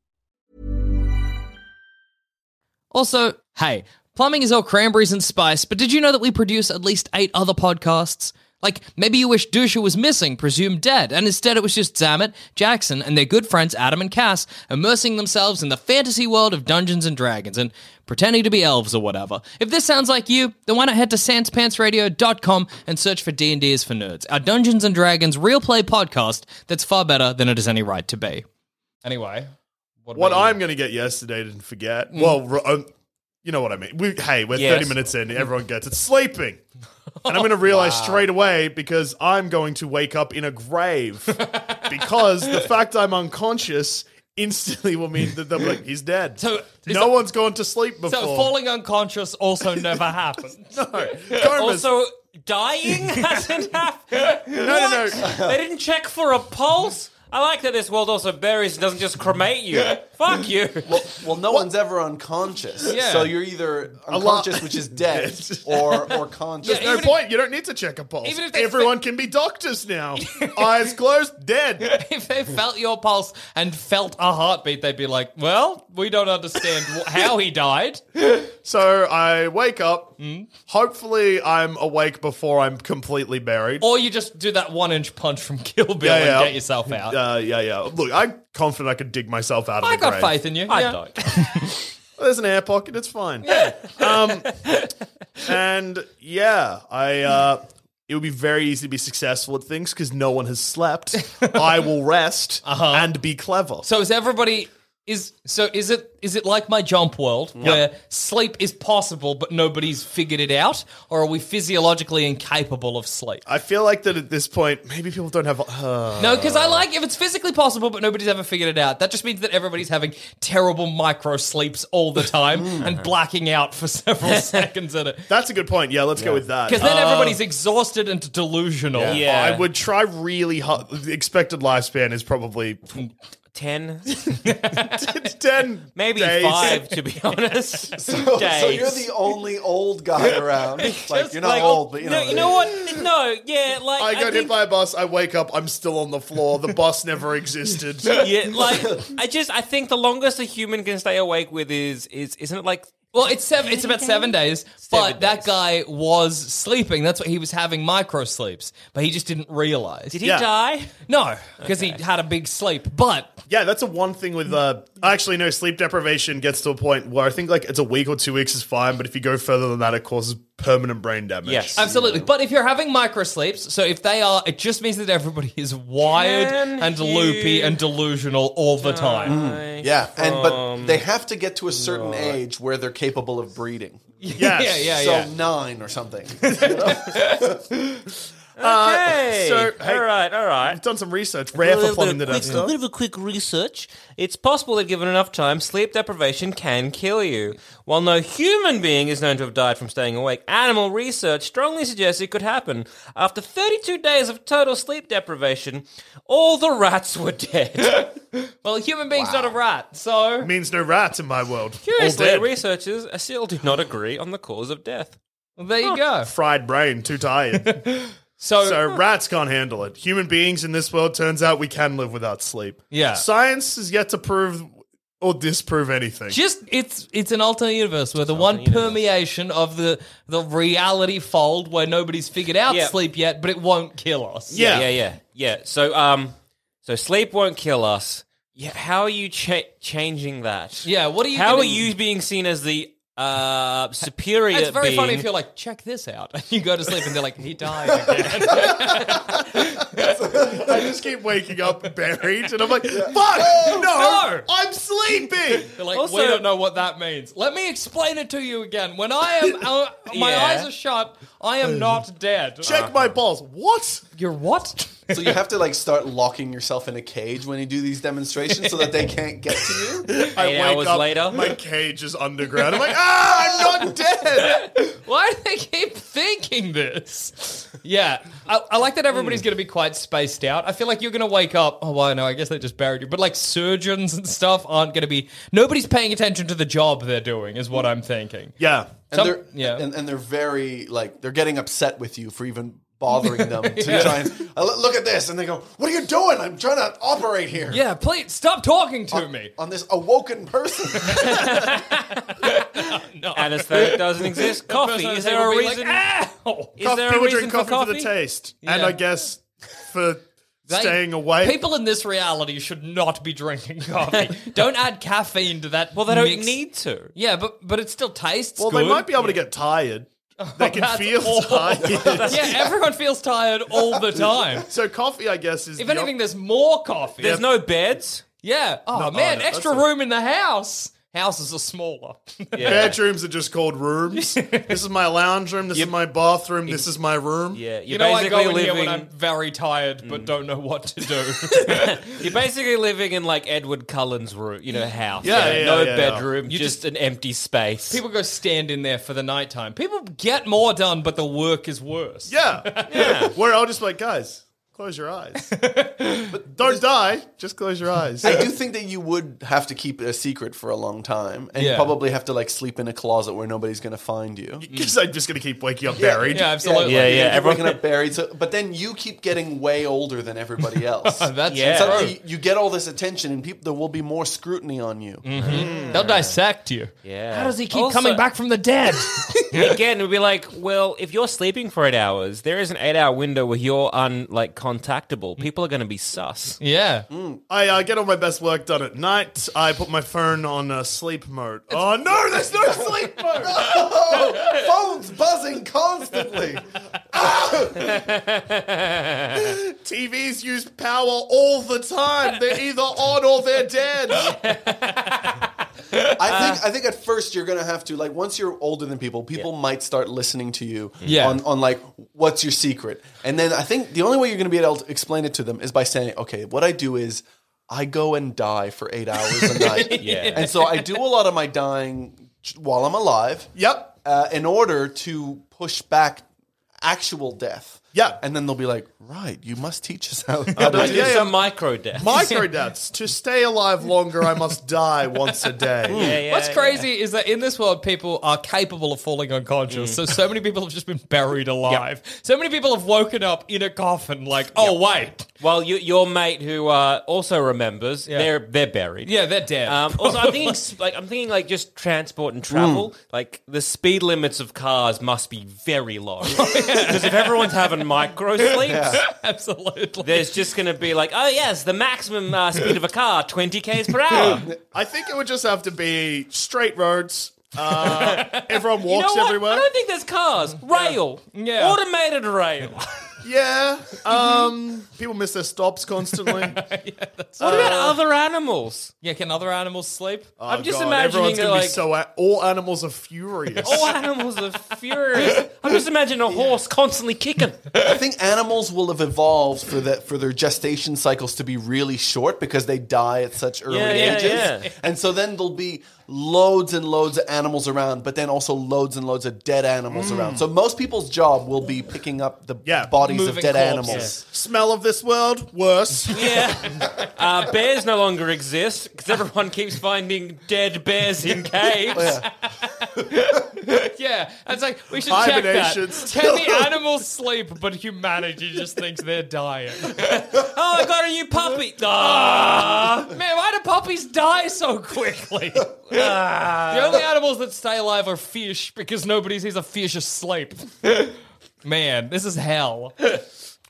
Speaker 5: Also, hey, plumbing is all cranberries and spice, but did you know that we produce at least eight other podcasts? Like, maybe you wish Dusha was missing, presumed dead, and instead it was just Zamet, Jackson, and their good friends Adam and Cass immersing themselves in the fantasy world of Dungeons and Dragons and pretending to be elves or whatever. If this sounds like you, then why not head to sanspantsradio.com and search for D&D is for Nerds, our Dungeons and Dragons real play podcast that's far better than it has any right to be. Anyway,
Speaker 4: What I'm going to get yesterday didn't
Speaker 5: Mm.
Speaker 4: forget. Well, r- um, you know what I mean. We, hey, we're
Speaker 2: Yes.
Speaker 4: 30 minutes
Speaker 5: *laughs*
Speaker 4: in. Everyone gets it. Sleeping. And I'm going to realize straight away because I'm going to wake up in a
Speaker 5: *laughs*
Speaker 4: grave because the fact I'm unconscious instantly will mean that they're like, he's dead.
Speaker 5: So, is
Speaker 4: no
Speaker 5: that-
Speaker 4: one's gone to sleep before.
Speaker 5: So falling unconscious also never happened. *laughs*
Speaker 4: No, Coma's-
Speaker 2: Also, dying hasn't happened. no,
Speaker 4: no,
Speaker 2: no. They didn't check for a pulse. I like that this world also buries and doesn't just cremate you. Fuck you.
Speaker 3: Well, well no one's ever unconscious.
Speaker 5: Yeah.
Speaker 3: So you're either
Speaker 4: lot-
Speaker 3: unconscious, which is
Speaker 4: *laughs*
Speaker 3: dead, or or conscious.
Speaker 4: There's no
Speaker 5: even if-
Speaker 4: point. you don't need to check a pulse.
Speaker 5: even if they
Speaker 4: Everyone can be doctors
Speaker 5: *laughs*
Speaker 4: now. Eyes closed, dead.
Speaker 5: if they felt your pulse and felt a heartbeat, they'd be like, "Well, we don't understand wh- how he died."
Speaker 4: So I wake up.
Speaker 5: Hmm?
Speaker 4: Hopefully, I'm awake before I'm completely buried.
Speaker 5: Or you just do that one-inch punch from Kill Bill and get yourself out.
Speaker 4: Uh, yeah, yeah. Look, I'm confident I could dig myself out of
Speaker 5: I
Speaker 4: the
Speaker 5: got
Speaker 4: grave.
Speaker 5: faith in you.
Speaker 2: I
Speaker 5: yeah.
Speaker 2: don't.
Speaker 4: There's an air pocket. It's fine. Yeah. um, and yeah, I. Uh, it would be very easy to be successful at things because no one has
Speaker 5: *laughs*
Speaker 4: slept. I will rest and be clever.
Speaker 5: Uh-huh. So is everybody is so is it is it like my jump world where sleep is possible but nobody's figured it out, or are we physiologically incapable of sleep?
Speaker 4: I feel like that at this point, maybe people don't have. Uh,
Speaker 5: No, because I like if it's physically possible, but nobody's ever figured it out. That just means that everybody's having terrible micro sleeps all
Speaker 2: *laughs*
Speaker 5: the time
Speaker 2: Hmm.
Speaker 5: and blacking out for several seconds in it.
Speaker 4: That's a good point. Yeah, let's go with that.
Speaker 5: Because then everybody's exhausted and delusional.
Speaker 2: Yeah.
Speaker 4: I would try really hard. The expected lifespan is probably *laughs*
Speaker 2: ten,
Speaker 4: Ten,
Speaker 2: *laughs* maybe
Speaker 4: days.
Speaker 2: five, to
Speaker 4: *laughs*
Speaker 2: be honest.
Speaker 3: So, so
Speaker 2: Days.
Speaker 3: you're the only old guy around. like
Speaker 2: Just
Speaker 3: you're not
Speaker 2: like-
Speaker 3: old, but you know.
Speaker 2: no, you know what? No, yeah, like
Speaker 4: I got hit
Speaker 2: think-
Speaker 4: by a bus. I wake up. I'm still on the floor. The bus never existed.
Speaker 2: *laughs*
Speaker 4: *laughs*
Speaker 2: yeah, like I just I think the longest a human can stay awake with is is isn't it like
Speaker 5: Well, it's seven, it's about seven days, but
Speaker 2: Seven
Speaker 5: that
Speaker 2: days.
Speaker 5: guy was sleeping. That's what he was having micro sleeps, but he just didn't realize.
Speaker 2: did he
Speaker 4: Yeah.
Speaker 2: die?
Speaker 5: No, because he had a big sleep. But
Speaker 4: Yeah, that's the one thing with uh actually no sleep deprivation gets to a point where I think like it's a week or two weeks is fine, but if you go further than that, it causes permanent brain damage.
Speaker 2: Yes.
Speaker 5: absolutely. But if you're having micro sleeps, so if they are, it just means that everybody is wired
Speaker 2: Can
Speaker 5: and
Speaker 2: you-
Speaker 5: loopy and delusional all the time.
Speaker 2: Uh,
Speaker 3: Yeah, and
Speaker 4: Um,
Speaker 3: but they have to get to a certain age where they're capable of breeding.
Speaker 4: Yes.
Speaker 5: Yeah, yeah,
Speaker 3: so
Speaker 5: yeah.
Speaker 3: nine or something.
Speaker 2: Hey,
Speaker 4: Uh, so, hey-
Speaker 2: all right, all right.
Speaker 4: I've done some research. Rare for flooding the
Speaker 2: bit of
Speaker 4: Death
Speaker 2: quick, a
Speaker 4: Star.
Speaker 2: little bit of quick research. It's possible that given enough time, sleep deprivation can kill you. While no human being is known to have died from staying awake, animal research strongly suggests it could happen. After 32 days of total sleep deprivation, all the rats were dead. *laughs*
Speaker 5: Well, a human being's not a rat, so
Speaker 4: Means no rats in my world. All
Speaker 2: Curiously,
Speaker 4: dead.
Speaker 2: researchers still do not agree on the cause of death.
Speaker 5: well, there you go.
Speaker 4: Fried brain, too tired.
Speaker 5: So,
Speaker 4: so rats can't handle it. Human beings in this world turns out we can live without sleep.
Speaker 5: Yeah.
Speaker 4: Science is yet to prove or disprove
Speaker 5: *laughs*
Speaker 4: anything.
Speaker 5: just it's it's an alternate universe where the one permeation of the the reality fold where nobody's figured out
Speaker 2: Yeah.
Speaker 5: sleep yet, but it won't kill us.
Speaker 4: yeah.
Speaker 2: yeah, yeah, yeah. So, um, so sleep won't kill us. Yeah, how are you cha- changing that?
Speaker 5: Yeah, what are you
Speaker 2: How
Speaker 5: gonna-
Speaker 2: are you being seen as the uh superior?
Speaker 5: It's very funny
Speaker 2: being?
Speaker 5: if you're like, check this out, *laughs* and you go to sleep, and they're like, he died again.
Speaker 4: I just keep waking up buried, and I'm like, "Fuck! no,
Speaker 5: No!
Speaker 4: I'm sleeping."
Speaker 5: They're like,
Speaker 2: Also-
Speaker 5: we don't know what that means. Let me explain it to you again. When I am, uh, my
Speaker 2: Yeah.
Speaker 5: eyes are shut. I am not dead.
Speaker 4: Check my balls. What?
Speaker 5: You're what?
Speaker 3: so you have to like start locking yourself in a cage when you do these demonstrations so that they can't get to
Speaker 5: *laughs*
Speaker 3: you.
Speaker 4: I
Speaker 2: Eight hours later.
Speaker 4: My cage is underground. I'm like, ah, I'm not dead.
Speaker 5: Why do they keep thinking this? Yeah, I, I like that everybody's going to be quite spaced out. I feel like you're going to wake up. Oh, well, no, I guess they just buried you. But like surgeons and stuff aren't going to be. Nobody's paying attention to the job they're doing, is what I'm thinking.
Speaker 4: *laughs* yeah.
Speaker 3: And
Speaker 5: Some-
Speaker 3: they're
Speaker 5: yeah.
Speaker 3: and, and they're very like they're getting upset with you for even bothering
Speaker 5: *laughs*
Speaker 3: them to try and I lo- look at this and they go, "What are you doing? I'm trying to operate here."
Speaker 5: Yeah, please stop talking to me.
Speaker 3: On this awoken person.
Speaker 4: *laughs*
Speaker 2: Anesthetic *laughs* doesn't exist. Coffee.
Speaker 5: First
Speaker 2: Is
Speaker 5: thing
Speaker 2: there
Speaker 5: will
Speaker 2: a
Speaker 5: be like,
Speaker 2: reason?
Speaker 5: "Ow!"
Speaker 2: Is there a
Speaker 4: people
Speaker 2: reason
Speaker 4: drink coffee
Speaker 2: for
Speaker 4: for,
Speaker 2: coffee?
Speaker 4: the taste, and
Speaker 5: Yeah.
Speaker 4: I guess for
Speaker 5: They-
Speaker 4: staying away.
Speaker 5: People in this reality should not be drinking coffee. *laughs* don't add caffeine to that.
Speaker 2: Well, they don't
Speaker 5: mix.
Speaker 2: need to.
Speaker 5: Yeah, but but it still tastes.
Speaker 4: well,
Speaker 5: good.
Speaker 4: they might be able to get
Speaker 5: *laughs*
Speaker 4: tired. They can
Speaker 5: That's
Speaker 4: feel
Speaker 5: awful. *laughs*
Speaker 4: tired.
Speaker 5: Yeah, everyone feels tired
Speaker 2: *laughs*
Speaker 5: all the time.
Speaker 4: So coffee, I guess, is
Speaker 5: If
Speaker 4: the
Speaker 5: anything, there's more coffee.
Speaker 2: There's no beds.
Speaker 5: Yeah. Oh
Speaker 4: No,
Speaker 5: man,
Speaker 4: oh, no,
Speaker 5: extra
Speaker 4: that's a-
Speaker 5: room in the house. Houses are smaller. *laughs*
Speaker 4: Bedrooms are just called rooms. this is my lounge room. This is my bathroom. This is my room.
Speaker 2: Yeah, you're
Speaker 5: you know, I go
Speaker 2: basically
Speaker 5: in here when I'm
Speaker 2: living. Mm.
Speaker 5: very tired but don't know what to do.
Speaker 2: *laughs* You're basically living in like Edward Cullen's room, you know, house.
Speaker 4: Yeah, yeah,
Speaker 2: no
Speaker 4: yeah, yeah.
Speaker 2: bedroom, just, an empty space.
Speaker 5: People go stand in there for the nighttime. People get more done, but the work is worse.
Speaker 4: Yeah. Where I'll just be like, guys, close your eyes. but don't die. Just close your eyes.
Speaker 3: I do think that you would have to keep it a secret for a long time, and you
Speaker 5: Yeah.
Speaker 3: probably have to like sleep in a closet where nobody's going to find you.
Speaker 5: Mm.
Speaker 4: Because *laughs* I'm just going to keep waking up buried.
Speaker 5: Yeah, absolutely.
Speaker 2: Yeah, yeah,
Speaker 3: You're
Speaker 2: everyone-
Speaker 3: waking up buried. So, but then you keep getting way older than everybody else.
Speaker 5: Oh, That's
Speaker 2: Yeah.
Speaker 5: true.
Speaker 3: Suddenly, you get all this attention, and people there will be more scrutiny on you.
Speaker 5: Mm. They'll dissect you.
Speaker 2: Mm. Yeah.
Speaker 5: How does he keep
Speaker 2: Also-
Speaker 5: coming back from the
Speaker 2: *laughs*
Speaker 5: dead?
Speaker 2: again it would be like well if you're sleeping for eight hours there is an eight hour window where you're un like contactable people are going to be sus
Speaker 5: yeah.
Speaker 2: Mm.
Speaker 4: I uh, get all my best work done at night. I put my phone on uh, sleep mode. oh, no, there's no sleep mode.
Speaker 3: Oh, *laughs* phones buzzing constantly.
Speaker 4: TVs use power all the time. They're either on or they're dead.
Speaker 3: I think I think at first you're gonna have to like once you're older than people, people might start listening to you
Speaker 5: Yeah.
Speaker 3: on, on like what's your secret, and then I think the only way you're gonna be able to explain it to them is by saying, okay, what I do is I go and die for eight hours a night,
Speaker 2: Yeah.
Speaker 3: and so I do a lot of my dying while I'm alive,
Speaker 4: yep.
Speaker 3: uh, in order to push back actual death.
Speaker 4: Yeah.
Speaker 3: And then they'll be like, right, you must teach us how.
Speaker 4: but-
Speaker 2: It's
Speaker 4: Yeah,
Speaker 2: a
Speaker 4: yeah.
Speaker 2: micro death.
Speaker 4: Micro deaths. To stay alive longer, I must die once a day.
Speaker 5: What's crazy is that in this world, people are capable of falling
Speaker 2: Mm.
Speaker 5: unconscious. So, so many people have just been buried alive. So many people have woken up in a coffin, like, oh, wait.
Speaker 2: Well, you, your mate who uh, also remembers,
Speaker 5: Yeah.
Speaker 2: they're they're buried.
Speaker 5: Yeah, they're dead.
Speaker 2: Um, also, I'm thinking s- like I'm thinking like just transport and
Speaker 4: Mm.
Speaker 2: travel. Like the speed limits of cars must be very
Speaker 4: *laughs*
Speaker 2: low because if everyone's having micro sleeps,
Speaker 5: *laughs* Absolutely.
Speaker 2: there's just going to be like, oh yes, the maximum uh, speed of a car 20 k's per
Speaker 4: *laughs*
Speaker 2: hour.
Speaker 4: I think it would just have to be straight roads. Uh,
Speaker 2: *laughs*
Speaker 4: everyone
Speaker 2: You know
Speaker 4: walks
Speaker 2: what?
Speaker 4: everywhere.
Speaker 2: I don't think there's cars. Rail,
Speaker 5: Yeah.
Speaker 2: automated rail.
Speaker 4: Yeah. Um, people miss their stops constantly.
Speaker 2: what about other animals? Oh,
Speaker 5: yeah, can other animals sleep?
Speaker 2: I'm just
Speaker 4: God,
Speaker 2: imagining
Speaker 4: everyone's
Speaker 2: that
Speaker 4: gonna be
Speaker 2: like.
Speaker 4: so a- all animals are furious.
Speaker 2: All animals are furious. *laughs* I'm just imagining a horse constantly kicking.
Speaker 3: I think animals will have evolved for that for their gestation cycles to be really short because they die at such early
Speaker 2: Yeah, yeah,
Speaker 3: ages.
Speaker 2: yeah.
Speaker 3: And so then there'll be loads and loads of animals around, but then also loads and loads of dead animals around. So most people's job will be picking up the
Speaker 4: Mm. Yeah,
Speaker 3: bodies of
Speaker 5: moving
Speaker 3: dead
Speaker 5: corpses.
Speaker 3: animals.
Speaker 4: Smell of this world worse. *laughs*
Speaker 2: Yeah. Uh, bears no longer exist because everyone keeps finding dead bears in caves.
Speaker 5: *laughs* Yeah, it's like we should check that.
Speaker 4: Hibernations.
Speaker 5: Can the animals sleep, but humanity just thinks they're dying?
Speaker 2: Oh, I got a new puppy. Ah.
Speaker 5: Man, why do puppies die so quickly? the only animals that stay alive are fish because nobody sees a fish asleep. Man, this is hell.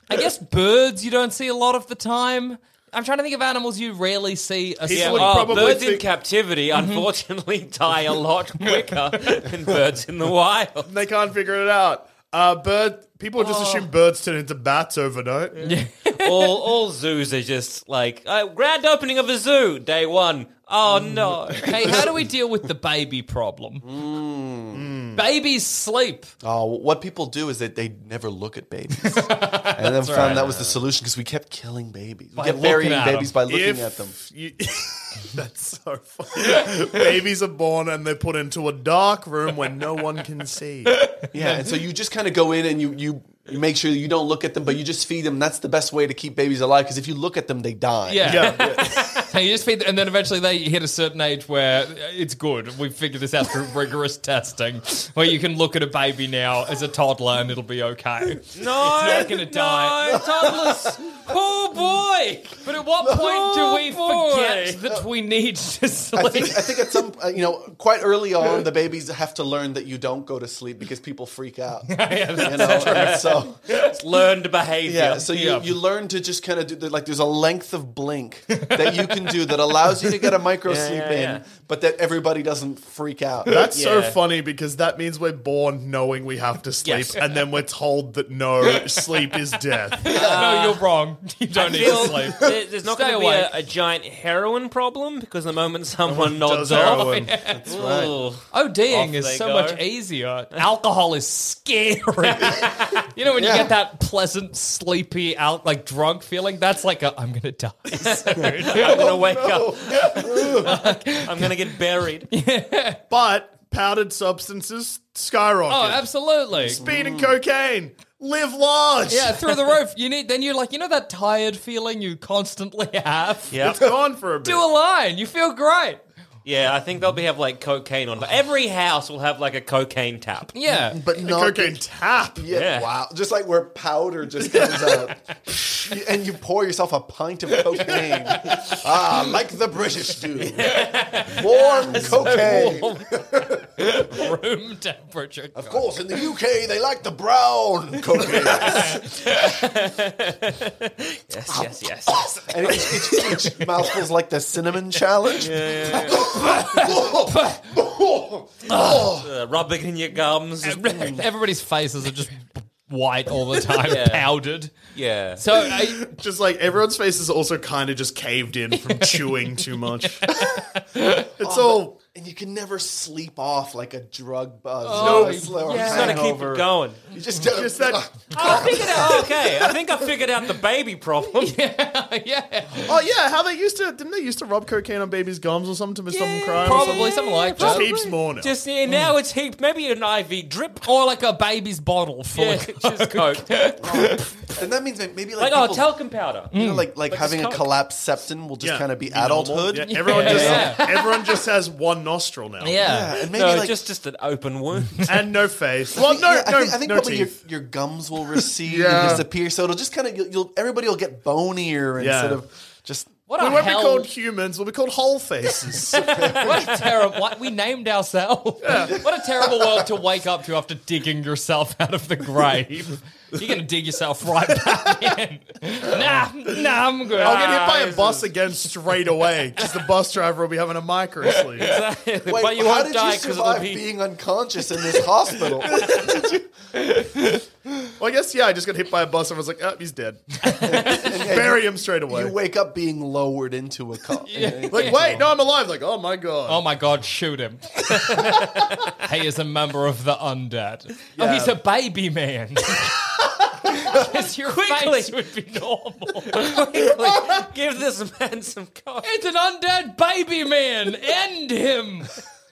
Speaker 5: I guess birds you don't see a lot of the time. I'm trying to think of animals you rarely see asleep.
Speaker 4: would
Speaker 2: Oh,
Speaker 4: probably
Speaker 2: birds in
Speaker 4: think-
Speaker 2: captivity unfortunately *laughs* die a lot quicker than birds in the wild.
Speaker 4: They can't figure it out. Uh, bird people
Speaker 2: Oh.
Speaker 4: just assume birds turn into bats overnight.
Speaker 2: *laughs* All all zoos are just like uh, grand opening of a zoo day one. Oh
Speaker 4: Mm. *laughs*
Speaker 2: no!
Speaker 5: Hey, how do we deal with the baby problem? Babies sleep.
Speaker 3: Oh, what people do is that they never look at babies, and then found that was the solution because we kept killing babies. We kept
Speaker 5: looking
Speaker 3: burying
Speaker 5: at 'em.
Speaker 3: babies by looking
Speaker 4: If
Speaker 3: at them.
Speaker 4: you- *laughs* that's so funny. Babies are born and they're put into a dark room where no one
Speaker 2: *laughs*
Speaker 4: can see.
Speaker 3: Yeah, and so you just kind of go in and you you you make sure you don't look at them, but you just feed them. That's the best way to keep babies alive because if you look at them, they die.
Speaker 5: Yeah.
Speaker 4: Yeah,
Speaker 5: And you just feed, and then eventually they hit a certain age where it's good. We figured this out *laughs* through rigorous testing, where you can look at a baby now as a toddler and it'll be okay.
Speaker 2: No,
Speaker 5: not gonna die.
Speaker 2: No, toddlers. Poor boy.
Speaker 5: But at what point do we
Speaker 2: Oh,
Speaker 5: forget that we need to
Speaker 3: I
Speaker 5: *laughs* sleep?
Speaker 3: think, I think at some, uh, you know, quite early on, the babies have to learn that you don't go to sleep because people freak out. you know? and So,
Speaker 5: *laughs*
Speaker 2: It's learned behavior.
Speaker 3: yeah, so you,
Speaker 5: Yeah.
Speaker 3: you learn to just kind of do, the- like, there's a length of blink that you can do that allows you to get a micro sleep
Speaker 2: yeah, yeah.
Speaker 3: in, but that everybody doesn't freak out. *laughs*
Speaker 4: that's so
Speaker 2: Yeah.
Speaker 4: funny because that means we're born knowing we have to sleep,
Speaker 2: Yes.
Speaker 4: and then we're told that no, sleep is death.
Speaker 5: no, you're wrong. *laughs* You don't need to
Speaker 2: feel
Speaker 5: *laughs* sleep.
Speaker 2: there- there's not
Speaker 5: Stay
Speaker 2: going to be a,
Speaker 5: awake.
Speaker 2: a giant heroin problem because the moment someone
Speaker 4: Does
Speaker 2: nods off,
Speaker 5: *laughs*
Speaker 4: heroin.
Speaker 2: Ugh.
Speaker 5: ODing
Speaker 2: Off
Speaker 5: is
Speaker 2: they
Speaker 5: so
Speaker 2: go.
Speaker 5: much easier. Alcohol is scary. *laughs* you know, when you get that pleasant, sleepy, out like drunk feeling, that's like a, I'm going to die. *laughs* soon."
Speaker 2: I'm gonna wake up. I'm gonna get
Speaker 4: *laughs*
Speaker 2: buried.
Speaker 4: But powdered substances skyrocket.
Speaker 5: oh, absolutely.
Speaker 4: Speed and cocaine. Live large.
Speaker 5: Yeah, through the roof. You need then you're like, you know that tired feeling you constantly *laughs* have?
Speaker 4: It's gone for a bit.
Speaker 5: Do a line, you feel great.
Speaker 2: Yeah, I think they'll be have like cocaine on. Every house will have like a cocaine tap.
Speaker 3: *laughs*
Speaker 5: Yeah.
Speaker 3: But
Speaker 4: A
Speaker 3: not
Speaker 4: cocaine tap.
Speaker 3: Yeah,
Speaker 2: Yeah.
Speaker 3: wow. Just like where powder *laughs* just comes out. and you pour yourself a pint of *laughs* cocaine. ah, like the British do. Warm cocaine.
Speaker 5: room temperature.
Speaker 3: Of course, in the UK, they like the brown cocaine.
Speaker 2: Yes, yes, yes. yes.
Speaker 3: and each, each, each mouthful's like the cinnamon challenge.
Speaker 2: Uh, rubbing in your gums.
Speaker 5: Everybody's faces are just white all the time, powdered.
Speaker 2: yeah.
Speaker 5: So I, *laughs*
Speaker 4: Just like everyone's
Speaker 5: *laughs*
Speaker 4: face is also kind of just caved in from chewing too much. It's all
Speaker 3: *laughs* and you can never sleep off like a drug buzz.
Speaker 5: Oh,
Speaker 3: or a slow
Speaker 2: Just gotta keep
Speaker 3: hangover.
Speaker 2: it going.
Speaker 3: You just, just that.
Speaker 5: Oh.
Speaker 2: I figured out. Okay, I think I figured out the baby problem.
Speaker 5: *laughs* yeah.
Speaker 4: Oh yeah, how they used to didn't they used to rub cocaine on babies' gums or something to miss some crime? or something?
Speaker 5: Probably something like
Speaker 4: Just
Speaker 5: that.
Speaker 4: heaps more now.
Speaker 2: Just yeah, now it's heaped. Maybe an IV drip.
Speaker 5: Or like a baby's bottle
Speaker 2: *laughs*
Speaker 5: full
Speaker 2: Yeah,
Speaker 5: of
Speaker 2: just *laughs* coke.
Speaker 3: then that means like, maybe like
Speaker 2: Like oh,
Speaker 3: people-
Speaker 2: talcum powder.
Speaker 4: Mm.
Speaker 3: you know, like, like, having a
Speaker 2: just come-
Speaker 3: collapsed septum will just
Speaker 4: Yeah.
Speaker 3: kind of be
Speaker 4: normal.
Speaker 3: adulthood.
Speaker 4: Yeah, everyone just
Speaker 5: Yeah.
Speaker 4: everyone just has one nostril now.
Speaker 5: Yeah.
Speaker 3: Yeah, and maybe
Speaker 2: No,
Speaker 3: like
Speaker 2: just just an open wound. *laughs*
Speaker 4: and no face. Well, no,
Speaker 3: yeah, I
Speaker 4: no,
Speaker 3: think, I think
Speaker 4: no
Speaker 3: probably your,
Speaker 4: teeth.
Speaker 3: your gums will recede
Speaker 4: Yeah.
Speaker 3: and disappear, so it'll just kind of you'll, you'll everybody will get bonier
Speaker 4: Yeah.
Speaker 3: instead of just
Speaker 5: What
Speaker 4: We
Speaker 5: a
Speaker 4: won't
Speaker 5: hell.
Speaker 4: be called humans. We'll be called whole faces.
Speaker 5: *laughs* What a terrible. What, we named ourselves. *laughs* What a terrible world to wake up to after digging yourself out of the grave. You're gonna dig yourself right back
Speaker 4: *laughs*
Speaker 5: in. Nah, nah, I'm good. *laughs*
Speaker 4: I'll get hit by a bus again straight away because the bus driver will be having a micro sleep.
Speaker 2: *laughs*
Speaker 3: Wait,
Speaker 2: but you
Speaker 3: how
Speaker 2: won't
Speaker 3: did
Speaker 2: die
Speaker 3: you
Speaker 2: because it'll
Speaker 3: survive
Speaker 2: be.
Speaker 3: being unconscious in this hospital?
Speaker 2: *laughs*
Speaker 4: Well, I guess yeah. I just got hit by a bus and I was like, oh,
Speaker 2: *laughs*
Speaker 4: he's dead. *laughs* Bury him straight away.
Speaker 3: you wake up being lowered into
Speaker 2: *laughs*
Speaker 3: a car.
Speaker 4: like, wait, no, I'm alive. Like, oh my god.
Speaker 5: Oh my god, shoot
Speaker 4: *laughs*
Speaker 5: him. he is a member of the undead. Oh, he's a
Speaker 4: *laughs*
Speaker 5: baby man. *laughs* Yes, your
Speaker 2: Quickly.
Speaker 5: face would be normal.
Speaker 2: Quickly, give this man some coke.
Speaker 5: It's an undead baby man. End him.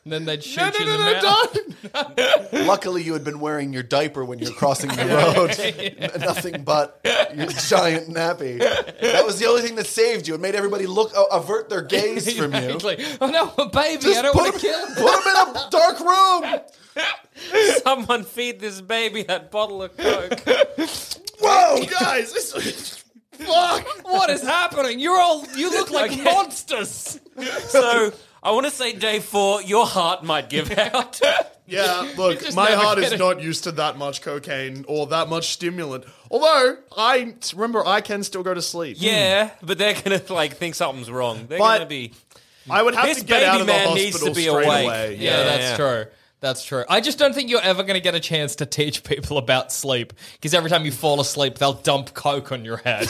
Speaker 5: And then they'd shoot
Speaker 4: no, no,
Speaker 5: you
Speaker 4: no,
Speaker 5: in the
Speaker 4: no,
Speaker 5: mouth. *laughs*
Speaker 4: don't.
Speaker 3: Luckily, you had been wearing your diaper when you're crossing
Speaker 2: *laughs*
Speaker 3: the road. N- Nothing but your giant nappy. That was the only thing that saved you. It made everybody look uh, avert their gaze from you.
Speaker 5: It's like, oh no, a baby.
Speaker 3: Just
Speaker 5: I don't
Speaker 3: put
Speaker 5: want to
Speaker 3: him-
Speaker 5: kill him.
Speaker 3: Put him in a
Speaker 5: *laughs*
Speaker 3: dark room.
Speaker 2: *laughs* Someone feed this baby that bottle of coke. Oh.
Speaker 4: Whoa, guys, this.
Speaker 2: *laughs*
Speaker 4: *laughs* Fuck!
Speaker 5: *laughs* What is happening? You're all. You look like
Speaker 2: Okay.
Speaker 5: monsters.
Speaker 2: So I want to say day four, your heart might
Speaker 5: *laughs*
Speaker 2: give out.
Speaker 4: Yeah,
Speaker 5: You're
Speaker 4: look,
Speaker 5: just
Speaker 4: my
Speaker 5: never
Speaker 4: heart is
Speaker 5: kidding.
Speaker 4: not used to that much cocaine or that much stimulant. Although I remember, I can still go to sleep.
Speaker 2: yeah, but they're gonna like think something's wrong. They're
Speaker 4: But-
Speaker 2: gonna be.
Speaker 4: I would have
Speaker 2: This
Speaker 4: to get
Speaker 2: baby
Speaker 4: out of the
Speaker 2: man
Speaker 4: hospital
Speaker 2: needs to be
Speaker 4: straight
Speaker 2: awake.
Speaker 4: away.
Speaker 5: Yeah,
Speaker 2: Yeah,
Speaker 5: that's true. That's true. I just don't think you're ever going to get a chance to teach people about sleep because every time you fall asleep, they'll dump coke on your *laughs* head,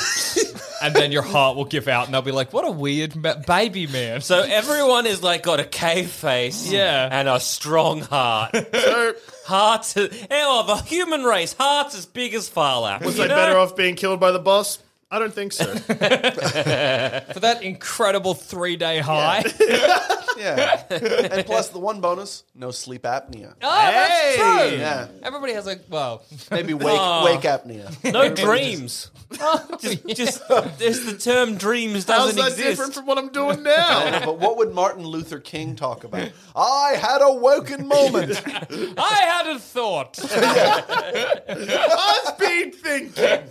Speaker 5: and then your heart will give out, and they'll be like, "What a weird ma- baby man." eh,
Speaker 2: So everyone is like got a cave face,
Speaker 5: Yeah. *laughs*
Speaker 2: and a strong heart.
Speaker 4: So
Speaker 2: Hearts, hell, the human race, hearts as big as Farlap.
Speaker 4: was
Speaker 2: you
Speaker 4: I
Speaker 2: know?
Speaker 4: better off being killed by the bus? I don't
Speaker 2: *laughs*
Speaker 4: think so.
Speaker 5: for that incredible three day *laughs* high. Oh,
Speaker 3: Yeah. *laughs* And plus, the one bonus no sleep apnea.
Speaker 5: Oh, that's true.
Speaker 3: Yeah.
Speaker 5: Everybody has like, well,
Speaker 3: Maybe wake, wake
Speaker 5: *laughs*
Speaker 3: apnea.
Speaker 2: No dreams. *laughs* just, just there's the term dreams
Speaker 4: How's
Speaker 2: doesn't
Speaker 4: that
Speaker 2: exist.
Speaker 4: different from what I'm doing
Speaker 2: *laughs*
Speaker 4: now?
Speaker 3: But what would Martin Luther King talk about? I had a woken
Speaker 5: *laughs*
Speaker 3: moment.
Speaker 5: I had a thought.
Speaker 4: I've been thinking.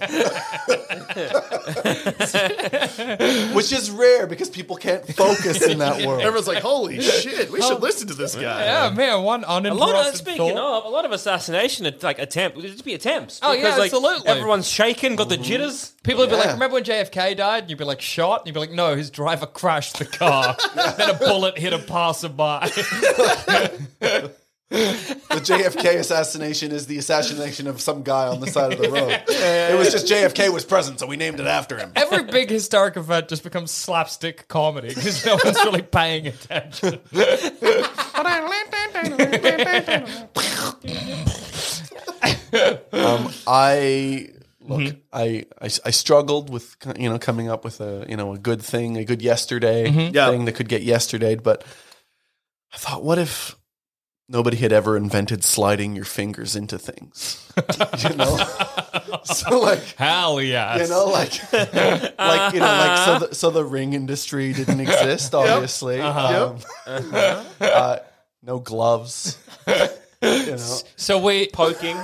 Speaker 3: which is rare because people can't focus in that world.
Speaker 4: Everyone's like, "Holy shit, we should listen to this guy."
Speaker 5: *laughs* yeah, man, one
Speaker 2: a
Speaker 5: uninterrupted
Speaker 2: lot of speaking
Speaker 5: thought.
Speaker 2: of a lot of assassination att- like attempt would just be attempts.
Speaker 5: Oh, yeah,
Speaker 2: because, like,
Speaker 5: absolutely.
Speaker 2: Everyone's shaken, got the jitters.
Speaker 5: People would be like,
Speaker 3: Yeah.
Speaker 5: remember when JFK died? And you'd be like, shot? And you'd be like, no, his driver crashed the *laughs* car. then a bullet hit a passerby. *laughs*
Speaker 3: The JFK assassination is the assassination of some guy on the side of the
Speaker 5: *laughs*
Speaker 3: road. It was just JFK was present, so we named it after him.
Speaker 5: Every big historic event just becomes slapstick comedy because no one's really paying attention.
Speaker 3: I look, I, I I struggled with you know coming up with a you know a good thing, a good yesterday
Speaker 4: Yeah.
Speaker 3: thing that could get yesterday, but I thought, what if nobody had ever invented sliding your fingers into things? *laughs* you know, so like
Speaker 5: Hell yes.
Speaker 3: you know like like you know like so the, so the ring industry didn't exist obviously Um, uh, no gloves you know
Speaker 5: so we poking,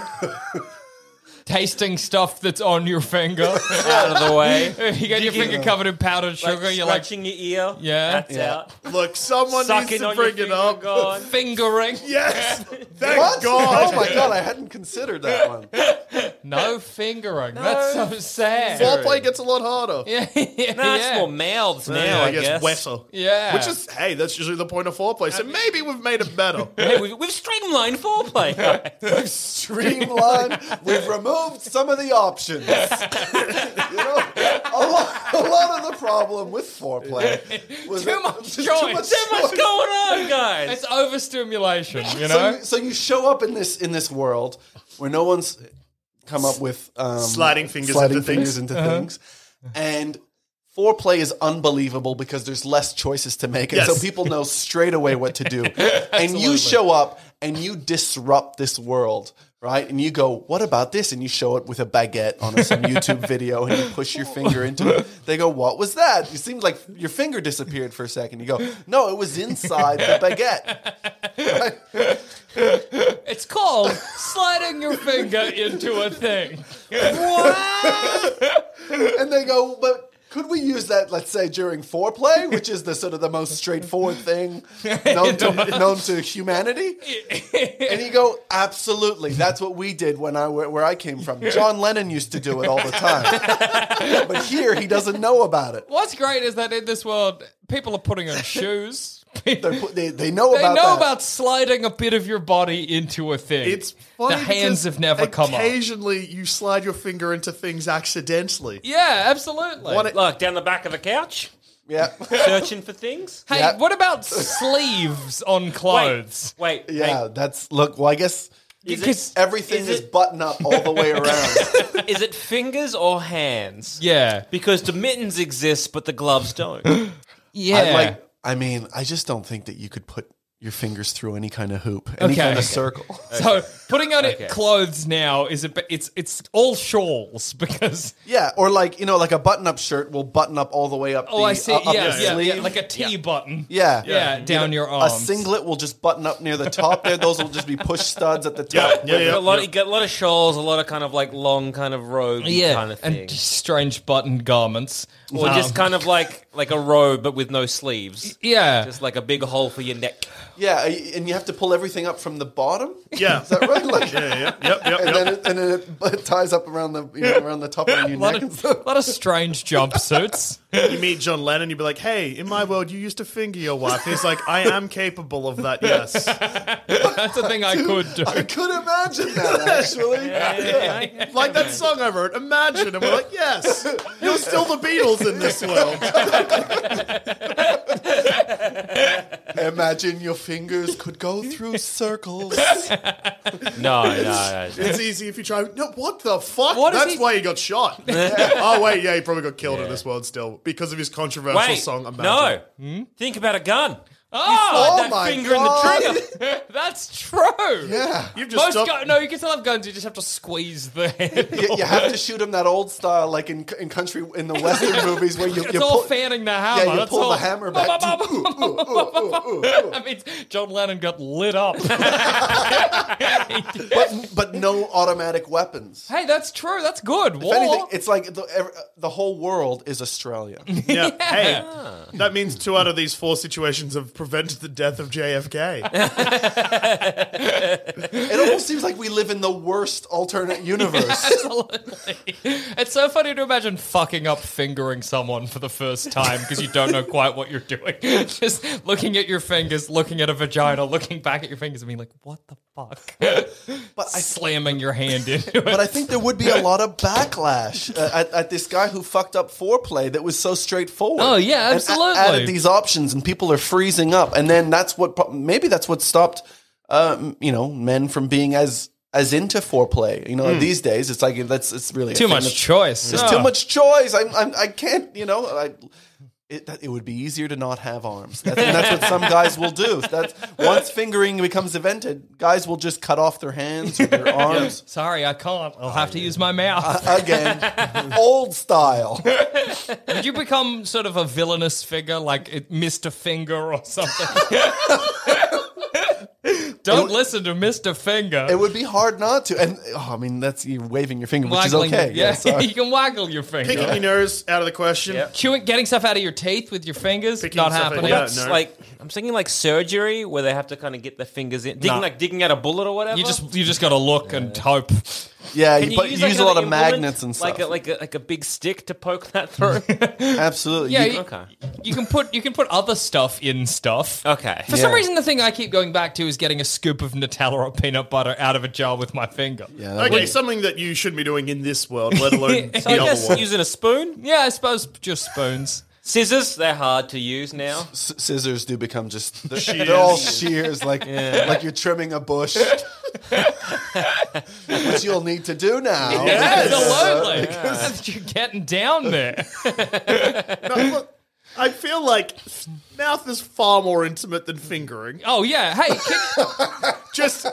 Speaker 5: tasting stuff that's on your finger.
Speaker 2: *laughs* out of the way.
Speaker 5: you got your finger covered in powdered
Speaker 2: Like
Speaker 5: sugar. you're like
Speaker 2: scratching your ear.
Speaker 5: Yeah.
Speaker 2: That's
Speaker 3: Yeah.
Speaker 2: out.
Speaker 4: Look, someone needs
Speaker 2: Sucking
Speaker 4: to
Speaker 2: on your
Speaker 4: bring it
Speaker 2: finger,
Speaker 4: up.
Speaker 2: God.
Speaker 5: *laughs* fingering.
Speaker 4: Yes, *laughs* thank
Speaker 3: what
Speaker 4: God.
Speaker 3: oh my god i hadn't considered that one
Speaker 5: No fingering. That's so sad.
Speaker 4: Foreplay gets a lot harder.
Speaker 5: *laughs* yeah,
Speaker 2: Nah, it's
Speaker 5: yeah.
Speaker 2: more mouths now,
Speaker 4: Yeah,
Speaker 2: I guess.
Speaker 4: wetter.
Speaker 5: Yeah.
Speaker 4: Which is hey, that's usually the point of foreplay. So maybe we've made it better.
Speaker 2: Hey, we've, we've straightened streamlined foreplay. guys.
Speaker 3: We've streamlined. We've removed some of the options. you know, a lot, a lot of the problem with
Speaker 5: *laughs*
Speaker 3: foreplay was
Speaker 5: Too
Speaker 3: that-
Speaker 5: much
Speaker 3: just
Speaker 5: choice.
Speaker 2: Too much
Speaker 5: *laughs*
Speaker 2: going on, guys.
Speaker 5: It's overstimulation,
Speaker 3: *laughs* So,
Speaker 5: you know?
Speaker 3: you, so you show up in this in this world where no one's come up with um,
Speaker 4: Sliding fingers
Speaker 3: sliding
Speaker 4: into
Speaker 3: fingers
Speaker 4: things.
Speaker 3: into
Speaker 5: Uh-huh.
Speaker 3: things, and foreplay is unbelievable because there's less choices to make, and
Speaker 4: Yes.
Speaker 3: so people know straight away what to do.
Speaker 4: *laughs*
Speaker 3: and you show up and you disrupt this world. Right, and you go, what about this? And you show it with a baguette on
Speaker 4: *laughs*
Speaker 3: some YouTube video, and you push your finger into it. They go, what was that? It seemed like your finger disappeared for a second. You go, no, it was inside the baguette.
Speaker 5: It's called sliding your finger into a thing.
Speaker 3: and they go, but could we use that, let's say, during
Speaker 5: *laughs*
Speaker 3: foreplay, which is the sort of the most straightforward thing known to, known to
Speaker 5: *laughs*
Speaker 3: humanity? And you go, absolutely. That's what we did when I where, where I came from. John Lennon used to do it all the time,
Speaker 5: *laughs*
Speaker 3: but here he doesn't know about it.
Speaker 5: What's great is that in this world, people are putting on shoes. they
Speaker 3: They're put- They, they know about
Speaker 5: know
Speaker 3: that.
Speaker 5: about sliding a bit of your body into a thing.
Speaker 4: It's funny
Speaker 5: the hands
Speaker 4: because
Speaker 5: have never come up.
Speaker 4: Occasionally, you slide your finger into things accidentally.
Speaker 5: *laughs* Yeah, absolutely.
Speaker 4: What a-
Speaker 2: Look down the back of the couch,
Speaker 3: yeah.
Speaker 5: *laughs*
Speaker 2: searching for things.
Speaker 5: hey,
Speaker 3: Yeah.
Speaker 5: what about sleeves on clothes?
Speaker 2: Wait, wait.
Speaker 3: Yeah, that's look. Well, I guess
Speaker 2: Is it-
Speaker 5: Because
Speaker 3: everything
Speaker 2: Is
Speaker 3: is,
Speaker 2: it-
Speaker 3: button up all the way
Speaker 5: *laughs*
Speaker 3: around.
Speaker 2: Is it fingers or hands?
Speaker 5: yeah,
Speaker 2: Because the mittens exist, but the gloves don't.
Speaker 5: yeah.
Speaker 3: I like. I mean, I just don't think that you could put your fingers through any kind of hoop, any
Speaker 5: Okay.
Speaker 3: kind of
Speaker 5: Okay.
Speaker 3: circle.
Speaker 5: so putting on it clothes now is a bit, it's it's all
Speaker 3: *laughs*
Speaker 5: shawls because
Speaker 3: Yeah, or like you know, like a button-up shirt will button up all the way up.
Speaker 5: oh
Speaker 3: the, uh,
Speaker 5: I see
Speaker 3: Up
Speaker 5: yeah,
Speaker 3: the
Speaker 5: yeah, yeah,
Speaker 3: sleeve.
Speaker 5: like a T button
Speaker 3: Yeah.
Speaker 5: yeah, down your
Speaker 3: A
Speaker 5: arms
Speaker 3: singlet will just button up near the top there. Those will just be push studs at the
Speaker 4: Yeah,
Speaker 3: top.
Speaker 4: yeah,
Speaker 2: You
Speaker 4: yeah.
Speaker 2: got a lot. You got a lot of shawls, a lot of kind of like long kind of robe,
Speaker 5: yeah
Speaker 2: kind of thing,
Speaker 5: and just strange button garments Um,
Speaker 2: or just kind of like like a robe but with no sleeves,
Speaker 5: yeah
Speaker 2: just like a big hole for your neck.
Speaker 3: Yeah, and you have to pull everything up from the bottom.
Speaker 4: Yeah.
Speaker 3: Is that right? Like,
Speaker 4: yeah, yeah, yep, yep,
Speaker 3: And
Speaker 4: yep.
Speaker 3: then, it, and then it, but it ties up around the you know, around the top of your
Speaker 5: a lot
Speaker 3: neck. and
Speaker 5: of,
Speaker 3: stuff.
Speaker 5: lot of strange jumpsuits *laughs*
Speaker 4: you meet John Lennon, you'd be like, "Hey, in my world, you used to finger your wife." He's like, "I am capable of that." Yes,
Speaker 5: that's a thing I could do
Speaker 3: *laughs* I could imagine
Speaker 5: *laughs*
Speaker 3: that actually.
Speaker 4: like that song I wrote. Imagine, and we're like, "Yes, you're still the Beatles in this world."
Speaker 3: Imagine your fingers could go through circles.
Speaker 2: No, no, no.
Speaker 4: It's easy if you try. No, what the fuck?
Speaker 2: What is
Speaker 4: That's
Speaker 2: he-
Speaker 4: why he got
Speaker 2: *laughs*
Speaker 4: shot. oh wait, yeah, he probably got killed in this world still because of his controversial
Speaker 2: Wait,
Speaker 4: song. Imagine.
Speaker 2: no.
Speaker 5: Hmm?
Speaker 2: Think about a gun.
Speaker 5: oh
Speaker 2: Slide
Speaker 3: Oh
Speaker 2: that
Speaker 3: my
Speaker 2: finger
Speaker 3: God.
Speaker 2: in the trigger.
Speaker 5: *laughs* that's true
Speaker 3: Yeah.
Speaker 5: *laughs*
Speaker 4: you've just
Speaker 5: most
Speaker 4: stopped.
Speaker 5: gu- no you can still have guns you just have to squeeze the handle
Speaker 3: *laughs* you, you have to shoot him that old style, like in in country in the
Speaker 5: *laughs*
Speaker 3: western movies where you
Speaker 5: it's
Speaker 3: you
Speaker 5: all
Speaker 3: pull,
Speaker 5: fanning the hammer
Speaker 3: yeah, you
Speaker 5: that's
Speaker 3: pull
Speaker 5: all.
Speaker 3: the
Speaker 5: *laughs*
Speaker 3: hammer back.
Speaker 5: Ba- ba-
Speaker 3: to-
Speaker 5: ba-
Speaker 3: ooh, ooh, ooh, ooh, ooh, ooh.
Speaker 5: I mean, John Lennon got
Speaker 3: *laughs*
Speaker 5: lit up.
Speaker 3: But but no automatic weapons.
Speaker 5: hey, that's true. That's good.
Speaker 3: If
Speaker 5: War.
Speaker 3: anything, it's like the, ev- uh, the whole world is
Speaker 5: *laughs*
Speaker 3: Australia.
Speaker 4: Yeah. Hey, that means two out of these four situations have prevented the death of JFK.
Speaker 3: It almost seems like we live in the worst
Speaker 5: *laughs*
Speaker 3: alternate universe.
Speaker 5: Absolutely. It's so funny to imagine fucking up fingering someone for the first time because you don't know quite what you're doing. *laughs* Just looking at your fingers, looking at a vagina, looking back at your fingers, and being like, "What the fuck?"
Speaker 3: But I
Speaker 5: *laughs* Slamming your hand into it.
Speaker 3: *laughs* but I think there would be a lot of backlash uh, at, at this guy who fucked up foreplay that was so straightforward.
Speaker 5: Oh, yeah,
Speaker 3: And a-
Speaker 5: absolutely.
Speaker 3: added these options, and people are freezing up, and then that's what pro- maybe that's what stopped, um, you know, men from being as as into foreplay. You know, these days it's like that's it's really a
Speaker 5: *laughs* Hmm. too
Speaker 3: thing
Speaker 5: much
Speaker 3: that's-
Speaker 5: choice. Ah.
Speaker 3: There's too much choice. I'm, I'm I can't. You know, I. It, that, it would be easier to not have arms. That's, and that's what some guys will do. That's once fingering becomes invented, guys will just cut off their hands or their arms uh,
Speaker 5: Sorry, I can't.
Speaker 3: Oh,
Speaker 5: I'll have to use
Speaker 3: *laughs*
Speaker 5: my mouth.
Speaker 3: again, old style.
Speaker 5: Would you become sort of a villainous figure, like it- Mr. Finger or
Speaker 3: *laughs*
Speaker 5: something? *laughs* Don't listen to Mr. Finger.
Speaker 3: It would be hard not to. And oh, I mean, that's you waving your finger, which is
Speaker 5: Waggling-
Speaker 3: okay. uh,
Speaker 5: Yeah, *laughs*
Speaker 3: Yeah, sorry.
Speaker 5: you can waggle your finger.
Speaker 4: Picking your nose out of the question.
Speaker 5: Chewing, getting stuff out of your teeth with your fingers,
Speaker 4: Picking
Speaker 5: not
Speaker 4: stuff out-
Speaker 5: happening.
Speaker 4: yeah,
Speaker 2: It's
Speaker 4: no.
Speaker 2: like I'm thinking like surgery where they have to kind of get their fingers in, digging like digging out a bullet or whatever.
Speaker 5: You just you just gotta look and hope.
Speaker 3: Yeah,
Speaker 2: Can
Speaker 3: you, put, use,
Speaker 2: like,
Speaker 3: a lot
Speaker 2: another
Speaker 3: of
Speaker 2: implement?
Speaker 3: magnets and
Speaker 2: like
Speaker 3: stuff.
Speaker 2: a, like a, like a big stick to poke that
Speaker 3: *laughs*
Speaker 2: through.
Speaker 3: Absolutely.
Speaker 5: Yeah,
Speaker 3: You-
Speaker 5: you,
Speaker 2: okay.
Speaker 5: you can put you can put other stuff in stuff.
Speaker 2: okay,
Speaker 5: For some
Speaker 3: Yeah.
Speaker 5: reason, the thing I keep going back to is getting a scoop of Nutella or peanut butter out of a jar with my finger. *laughs* Yeah,
Speaker 4: Okay, something that you shouldn't be doing in this
Speaker 2: *laughs*
Speaker 4: world, let alone the
Speaker 2: so I
Speaker 4: other
Speaker 2: guess
Speaker 4: one.
Speaker 2: using a spoon,
Speaker 5: yeah I suppose just spoons.
Speaker 2: scissors. They're hard to use now.
Speaker 3: s- scissors do become just they're, they're all shears, like like you're trimming a bush, which you'll need to do now. uh,
Speaker 5: That's lonely. *laughs* You're getting down there.
Speaker 4: No, look, I feel like mouth is far more intimate than fingering.
Speaker 5: Oh yeah. Hey, can,
Speaker 4: Just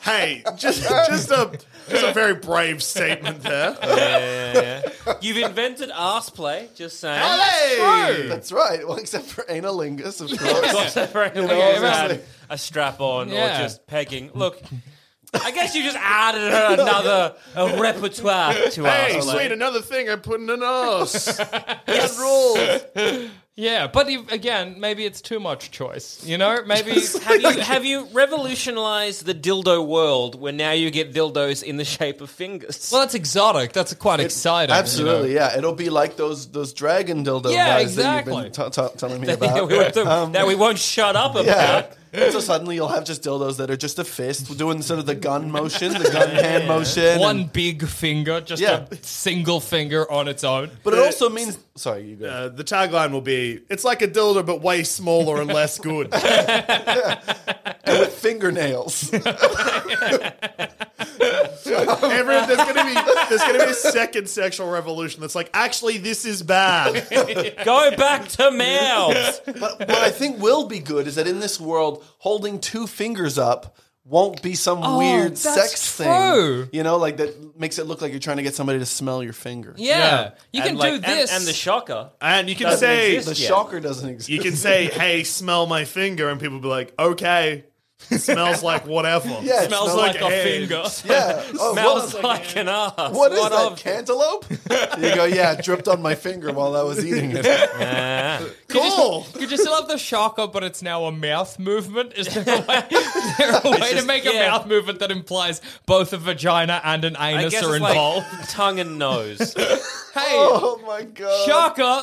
Speaker 4: hey, just just a just a very brave statement there.
Speaker 2: You've invented arse play. Just saying.
Speaker 4: Hey!
Speaker 3: That's right. Well, except for analingus, of course.
Speaker 2: Separate
Speaker 3: know,
Speaker 2: wheels
Speaker 3: obviously.
Speaker 2: and a strap on
Speaker 5: Yeah.
Speaker 2: or just pegging. Look, I guess you just added another a repertoire to our
Speaker 4: Hey, sweet, another thing I put in an ass. That rules.
Speaker 5: yeah, but if- again, maybe it's too much choice. You know,
Speaker 2: *laughs*
Speaker 5: maybe
Speaker 2: Have you, have you revolutionized the dildo world where now you get dildos in the shape of fingers?
Speaker 5: well, that's exotic. That's quite exciting. you know.
Speaker 3: Absolutely, yeah. It'll be like those those dragon dildo
Speaker 5: Yeah,
Speaker 3: guys that
Speaker 5: exactly.
Speaker 3: you've been t- t- telling me
Speaker 2: that, we,
Speaker 3: about.
Speaker 2: that we won't shut up about.
Speaker 3: um, *laughs* yeah. So suddenly you'll have just dildos that are just a fist doing sort of the gun motion, the gun hand motion.
Speaker 5: One
Speaker 3: and-
Speaker 5: big finger, just
Speaker 3: Yeah.
Speaker 5: a single finger on its own.
Speaker 3: but it also means. Sorry, you go.
Speaker 4: Uh, the tagline will be: "It's like a dildo, but way smaller and less good." That's
Speaker 3: fingernails.
Speaker 4: Everyone, there's gonna be there's gonna be a second sexual revolution. That's like, actually, this is bad.
Speaker 2: Go back to mouths.
Speaker 3: But what I think will be good is that in this world, holding two fingers up won't be some weird
Speaker 5: Oh, that's
Speaker 3: sex
Speaker 5: true.
Speaker 3: thing. You know, like that makes it look like you're trying to get somebody to smell your finger.
Speaker 5: Yeah,
Speaker 4: Yeah.
Speaker 5: you
Speaker 2: And
Speaker 5: can
Speaker 2: like-
Speaker 5: do
Speaker 2: and-
Speaker 5: this.
Speaker 2: And, the shocker.
Speaker 4: And you can
Speaker 2: Doesn't
Speaker 4: say
Speaker 2: exist
Speaker 3: The
Speaker 2: yet.
Speaker 3: shocker doesn't exist.
Speaker 4: you can say, "Hey, smell my finger," and people be like, "Okay, it smells like whatever."
Speaker 3: Yeah, it
Speaker 5: smells
Speaker 3: smells
Speaker 5: like,
Speaker 4: like
Speaker 5: a
Speaker 4: eggs.
Speaker 5: finger.
Speaker 3: *laughs*
Speaker 4: *laughs*
Speaker 3: yeah. Oh,
Speaker 2: Smells
Speaker 3: what-
Speaker 2: like an ass.
Speaker 3: what is that
Speaker 2: of-
Speaker 4: *laughs*
Speaker 3: cantaloupe? you go, yeah, it dripped on my finger while I was eating
Speaker 4: *laughs*
Speaker 3: it.
Speaker 4: cool.
Speaker 5: You just love the shocker, but it's now a mouth movement. Is there a *laughs* way, is there a way to
Speaker 2: just-
Speaker 5: make a
Speaker 2: yeah.
Speaker 5: mouth movement that implies both a vagina and an
Speaker 2: I
Speaker 5: anus
Speaker 2: guess
Speaker 5: are
Speaker 2: it's like
Speaker 5: *laughs* involved?
Speaker 2: tongue and nose.
Speaker 3: *laughs*
Speaker 5: hey,
Speaker 3: Oh my god!
Speaker 5: shocker!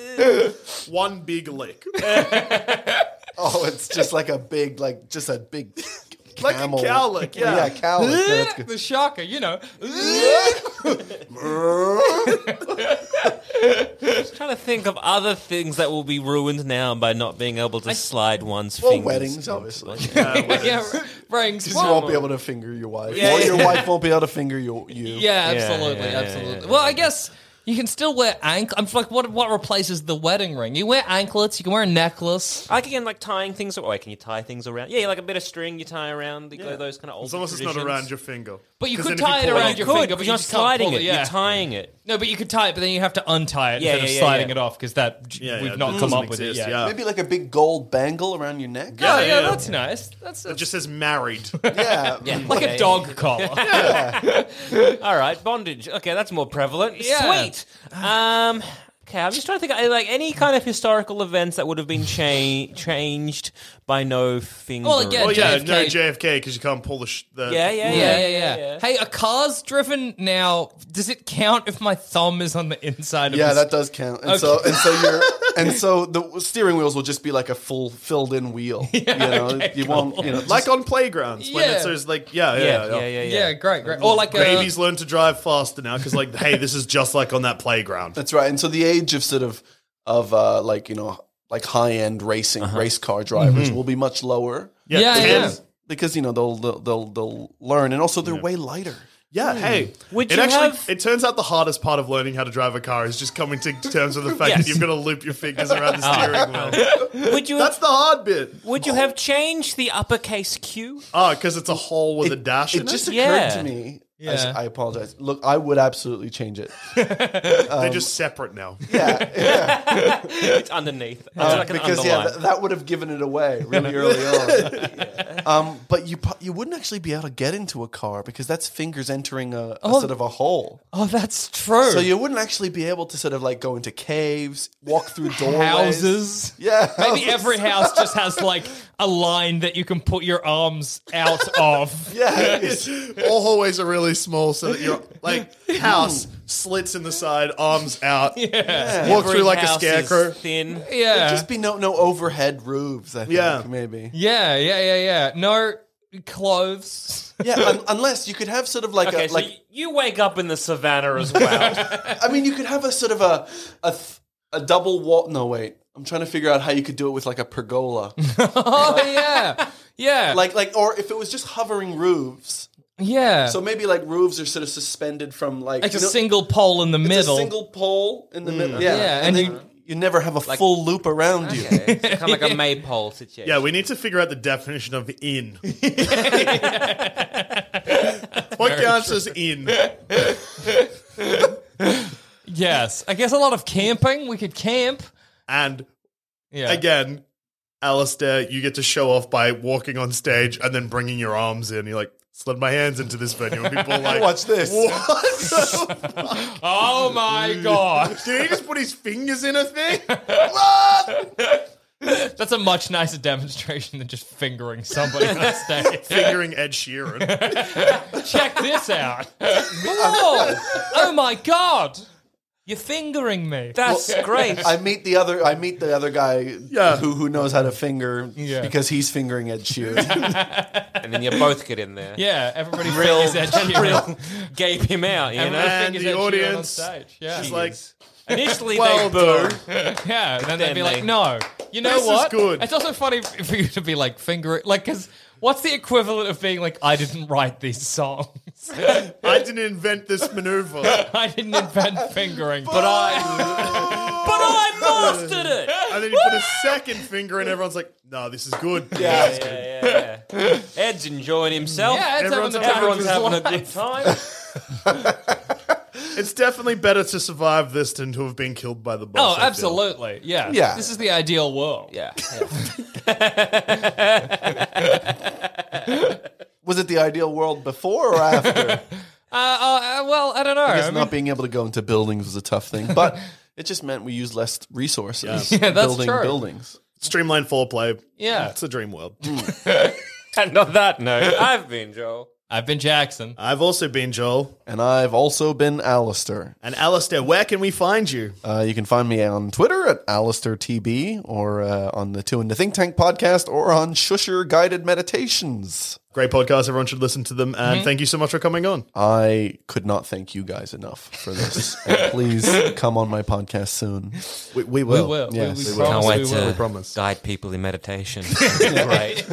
Speaker 3: *laughs*
Speaker 5: eh.
Speaker 4: One big lick.
Speaker 3: Oh, it's just like a big, like just a big,
Speaker 4: Like a
Speaker 3: camel.
Speaker 4: cow lick, yeah.
Speaker 3: yeah, cow lick.
Speaker 5: *laughs*
Speaker 3: That's good. *laughs*
Speaker 5: the shocker, you know.
Speaker 2: trying to think of other things that will be ruined now by not being able to slide one's
Speaker 3: Well,
Speaker 2: fingers.
Speaker 3: weddings, obviously.
Speaker 5: *laughs* yeah, rings.
Speaker 3: Because
Speaker 5: Well,
Speaker 3: you won't be able to finger your wife.
Speaker 2: Yeah,
Speaker 3: or your
Speaker 2: yeah.
Speaker 3: wife won't be able to finger your, you.
Speaker 5: yeah,
Speaker 2: Yeah,
Speaker 5: absolutely,
Speaker 2: yeah, yeah,
Speaker 5: absolutely.
Speaker 2: yeah,
Speaker 5: well, I guess you can still wear ankle. I'm like, what? What replaces the wedding ring? You wear anklets. You can wear a necklace.
Speaker 2: I can like tying things. Oh, wait, can you tie things around? Yeah, like a bit of string you tie around. Yeah. Those kind of old.
Speaker 4: As long as it's not
Speaker 2: traditions.
Speaker 4: around your finger.
Speaker 5: But you
Speaker 4: 'Cause
Speaker 5: could
Speaker 4: then if
Speaker 5: tie it
Speaker 4: pull
Speaker 5: around
Speaker 2: You
Speaker 5: your
Speaker 2: could,
Speaker 5: finger,
Speaker 2: but
Speaker 5: but
Speaker 2: you're
Speaker 5: you
Speaker 2: not
Speaker 5: just can't
Speaker 2: sliding
Speaker 5: pull
Speaker 2: it.
Speaker 5: it, yeah.
Speaker 2: You're tying it.
Speaker 5: No, but you could tie it, but then you have to untie it
Speaker 2: Yeah,
Speaker 5: instead
Speaker 2: yeah,
Speaker 5: of
Speaker 2: yeah,
Speaker 5: sliding
Speaker 2: yeah.
Speaker 5: it off because that
Speaker 4: Yeah,
Speaker 5: we've
Speaker 4: yeah,
Speaker 5: not
Speaker 4: that
Speaker 5: come
Speaker 4: doesn't
Speaker 5: up with it
Speaker 4: exist,
Speaker 5: yet.
Speaker 4: yeah.
Speaker 3: Maybe like a big gold bangle around your neck.
Speaker 5: Oh, yeah,
Speaker 4: yeah,
Speaker 5: that's nice. That's
Speaker 4: It just
Speaker 2: *laughs*
Speaker 4: says married. yeah,
Speaker 3: Yeah.
Speaker 5: *laughs* like
Speaker 2: Yeah,
Speaker 5: a dog collar. *laughs*
Speaker 2: All right, bondage. Okay, that's more prevalent.
Speaker 5: Yeah.
Speaker 2: Sweet. Um, okay, I'm just trying to think. uh, Like any kind of historical events that would have been cha- changed by no finger.
Speaker 5: Well, again,
Speaker 4: oh yeah, no
Speaker 5: JFK.
Speaker 4: JFK because you can't pull the. Sh- the
Speaker 2: yeah, yeah, yeah,
Speaker 5: Yeah, yeah,
Speaker 2: yeah,
Speaker 5: yeah,
Speaker 2: yeah.
Speaker 5: Hey, a car's driven now. Does it count if my thumb is on the inside of
Speaker 3: Yeah,
Speaker 5: this-
Speaker 3: that does count. And so and so you're and so the steering wheels will just be like a full filled in wheel. you know, you won't you know
Speaker 4: Like on playgrounds when
Speaker 5: Yeah.
Speaker 4: it's those like yeah yeah
Speaker 2: Yeah,
Speaker 4: yeah.
Speaker 2: yeah, yeah, yeah.
Speaker 5: Yeah, great, great. Or like uh, a.
Speaker 4: Babies learn to drive faster now because like hey this is just like on
Speaker 2: *laughs*
Speaker 4: that playground.
Speaker 3: That's right. And so the age of sort of of uh like, you know, like high end racing, race car drivers will be much lower.
Speaker 4: Yeah,
Speaker 5: Yeah, yeah,
Speaker 4: ten-
Speaker 5: yeah.
Speaker 3: Because you know they'll they'll they'll, they'll learn, and also they're way lighter.
Speaker 4: Yeah, hey.
Speaker 2: Hmm. Would
Speaker 4: it
Speaker 2: you
Speaker 4: actually
Speaker 2: have-
Speaker 4: it turns out the hardest part of learning how to drive a car is just coming to terms with the fact
Speaker 2: Yes. Ah.
Speaker 4: that you've got to loop your fingers
Speaker 2: *laughs*
Speaker 4: around the steering wheel.
Speaker 2: Would you
Speaker 4: That's
Speaker 2: have,
Speaker 4: the hard bit.
Speaker 2: would you have changed the uppercase Q?
Speaker 4: *laughs* Oh, because it's a hole with a dash
Speaker 3: It
Speaker 4: in
Speaker 3: just
Speaker 4: it.
Speaker 3: occurred
Speaker 2: Yeah.
Speaker 3: to me. I s-
Speaker 5: Yeah.
Speaker 3: I apologize. Look, I would absolutely change it.
Speaker 2: um,
Speaker 4: They're just
Speaker 2: *laughs*
Speaker 4: separate now.
Speaker 2: It's underneath. It's like an
Speaker 4: Uh,
Speaker 3: because yeah,
Speaker 2: underline.
Speaker 3: th- that would have given it away really early on. Um, but you pu- you wouldn't actually be able to get into a car because that's fingers entering a, a sort of a hole.
Speaker 5: Oh, that's true.
Speaker 3: So you wouldn't actually be able to sort of like go into caves, walk through doorways.
Speaker 5: houses.
Speaker 3: Yeah.
Speaker 5: Maybe
Speaker 3: houses.
Speaker 5: *laughs* every house just has like a line that you can put your arms
Speaker 3: *laughs*
Speaker 5: out of.
Speaker 3: *laughs* Yeah.
Speaker 4: *laughs* All hallways are really small, so that you're
Speaker 2: *laughs*
Speaker 4: like house slits in the side, arms out. Yeah. Walk
Speaker 2: Every
Speaker 4: through like a
Speaker 2: house is
Speaker 4: scarecrow.
Speaker 2: Thin.
Speaker 5: Yeah.
Speaker 3: Just be no no overhead roofs, I think,
Speaker 4: Yeah.
Speaker 3: maybe.
Speaker 5: yeah, yeah, yeah, yeah. No
Speaker 3: *laughs*
Speaker 5: clothes.
Speaker 3: Yeah, un- unless you could have sort of like
Speaker 2: Okay,
Speaker 3: a
Speaker 2: so
Speaker 3: like
Speaker 2: y- you wake up in the savannah as *laughs* well.
Speaker 3: I mean, you could have a sort of a a, th- a double wall. No, wait. I'm trying to figure out how you could do it with like a pergola,
Speaker 5: Oh *laughs* yeah. Yeah.
Speaker 3: like like, or if it was just hovering roofs.
Speaker 5: yeah.
Speaker 3: So maybe like roofs are sort of suspended from like,
Speaker 5: like
Speaker 3: you
Speaker 5: a
Speaker 3: know,
Speaker 5: single pole in the
Speaker 3: it's a
Speaker 5: middle. *laughs*
Speaker 3: single pole in the middle. Yeah,
Speaker 5: Yeah,
Speaker 3: and,
Speaker 5: and
Speaker 3: then you, never have a full loop around you.
Speaker 2: It's kind of like a maypole situation.
Speaker 4: Yeah, we need to figure out the definition of
Speaker 3: *laughs*
Speaker 4: in. what counts as
Speaker 3: *laughs*
Speaker 4: in?
Speaker 5: yes. I guess a lot of camping. We could camp.
Speaker 4: And
Speaker 5: Yeah.
Speaker 4: again, Alistair, you get to show off by walking on stage and then bringing your arms in. You're like, slid my hands into this venue.
Speaker 3: *laughs*
Speaker 4: And people are like,
Speaker 3: Watch this.
Speaker 4: What? *laughs*
Speaker 3: *laughs*
Speaker 5: Oh my god.
Speaker 4: Did he just put his fingers in a thing?
Speaker 3: *laughs*
Speaker 5: That's a much nicer demonstration than just fingering somebody
Speaker 3: *laughs*
Speaker 5: on stage.
Speaker 4: Fingering Ed Sheeran.
Speaker 5: Check
Speaker 3: *laughs*
Speaker 5: this out. Whoa! Oh my god! You're fingering me.
Speaker 2: That's great.
Speaker 3: I meet the other. I meet the other guy
Speaker 4: Yeah.
Speaker 3: who who knows how to finger
Speaker 5: Yeah.
Speaker 3: because he's fingering Ed Sheeran.
Speaker 2: and then you both get in there.
Speaker 5: yeah,
Speaker 2: *laughs*
Speaker 5: everybody
Speaker 2: Real,
Speaker 5: fingers Ed Sheeran.
Speaker 2: real gave him out, you
Speaker 5: Everybody
Speaker 2: know?
Speaker 4: And
Speaker 5: fingers
Speaker 4: the
Speaker 5: Ed Sheeran on
Speaker 4: audience
Speaker 5: stage. Yeah,
Speaker 4: She's like,
Speaker 2: Initially,
Speaker 4: well
Speaker 2: they boo.
Speaker 4: done.
Speaker 5: yeah. And then they'd be
Speaker 2: then
Speaker 5: like,
Speaker 2: they-
Speaker 5: no. You know
Speaker 4: This is
Speaker 5: what?
Speaker 4: good.
Speaker 5: It's also funny *laughs* for you to be like fingering, like, because what's the equivalent of being like, I didn't write these songs. *laughs*
Speaker 4: I didn't invent this maneuver.
Speaker 3: *laughs*
Speaker 4: *laughs*
Speaker 5: I didn't invent fingering.
Speaker 2: But I, but I mastered it.
Speaker 4: And then you put a second finger in, everyone's like, no, this is good.
Speaker 3: Yeah.
Speaker 4: This is good.
Speaker 2: Yeah, yeah. Ed's enjoying himself.
Speaker 5: yeah, it's
Speaker 4: Everyone's-
Speaker 5: having the time of
Speaker 2: Everyone's
Speaker 5: his
Speaker 2: having
Speaker 5: life. Oh,
Speaker 2: a good time.
Speaker 4: It's definitely better to survive this than to have been killed by the boss. I
Speaker 5: Oh,
Speaker 4: feel.
Speaker 5: absolutely. Yeah.
Speaker 3: Yeah.
Speaker 5: This is the ideal world.
Speaker 2: Yeah.
Speaker 3: Was it the ideal world before or after?
Speaker 5: Uh, uh, well, I don't know.
Speaker 3: I guess
Speaker 5: I mean-
Speaker 3: not being able to go into buildings was a tough thing, but it just meant we used less resources. *laughs*
Speaker 5: Yeah, that's
Speaker 3: building
Speaker 5: true.
Speaker 3: buildings.
Speaker 4: Streamline foreplay.
Speaker 5: Yeah.
Speaker 4: It's a dream world.
Speaker 2: *laughs*
Speaker 4: *laughs*
Speaker 2: and on that note, I've been Joel.
Speaker 5: I've been Jackson.
Speaker 2: Uh.
Speaker 4: I've also been Joel.
Speaker 3: And I've also been Alistair.
Speaker 4: And Alistair, where can we find you?
Speaker 3: Uh, you can find me on Twitter at AlistairTB or uh, on the Two in the Think Tank podcast or on Shusher Guided Meditations.
Speaker 4: Great podcast. Everyone should listen to them. And thank you so much for coming on.
Speaker 3: I could not thank you guys enough for
Speaker 5: *laughs*
Speaker 3: this. and please come on my podcast soon.
Speaker 4: We, will.
Speaker 5: We will. We-
Speaker 3: Yes,
Speaker 5: we,
Speaker 3: we will.
Speaker 5: promise
Speaker 2: Can't wait
Speaker 5: we will.
Speaker 2: to
Speaker 4: promise.
Speaker 2: guide people in *laughs* meditation. Great.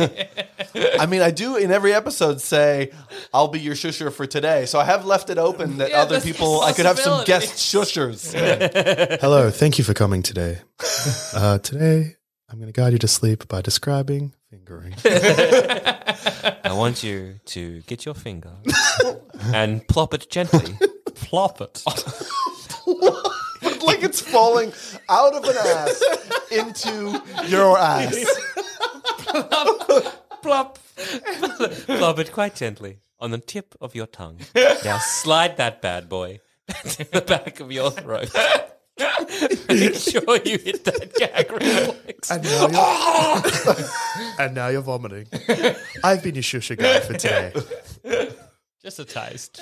Speaker 3: I mean, I do in every episode say, I'll be your shusher for today. So I have left it open that
Speaker 5: Yeah,
Speaker 3: other
Speaker 5: that's a
Speaker 3: people, I could have some
Speaker 5: possibility.
Speaker 3: guest shushers.
Speaker 4: *laughs* Hello. Thank you for coming today. *laughs* Uh, today, I'm going to guide you to sleep by describing fingering.
Speaker 2: I want you to get your finger and plop it gently.
Speaker 5: *laughs* Plop it.
Speaker 3: like it's falling out of an ass into your ass.
Speaker 5: *laughs*
Speaker 2: plop. plop it quite gently on the tip of your *laughs* tongue. Now slide that bad boy *laughs* to the back of your throat. *laughs* Make sure you hit that gag reflex.
Speaker 4: And now you're, *laughs* and now you're vomiting. I've been your shusha guy for today.
Speaker 5: Just a taste.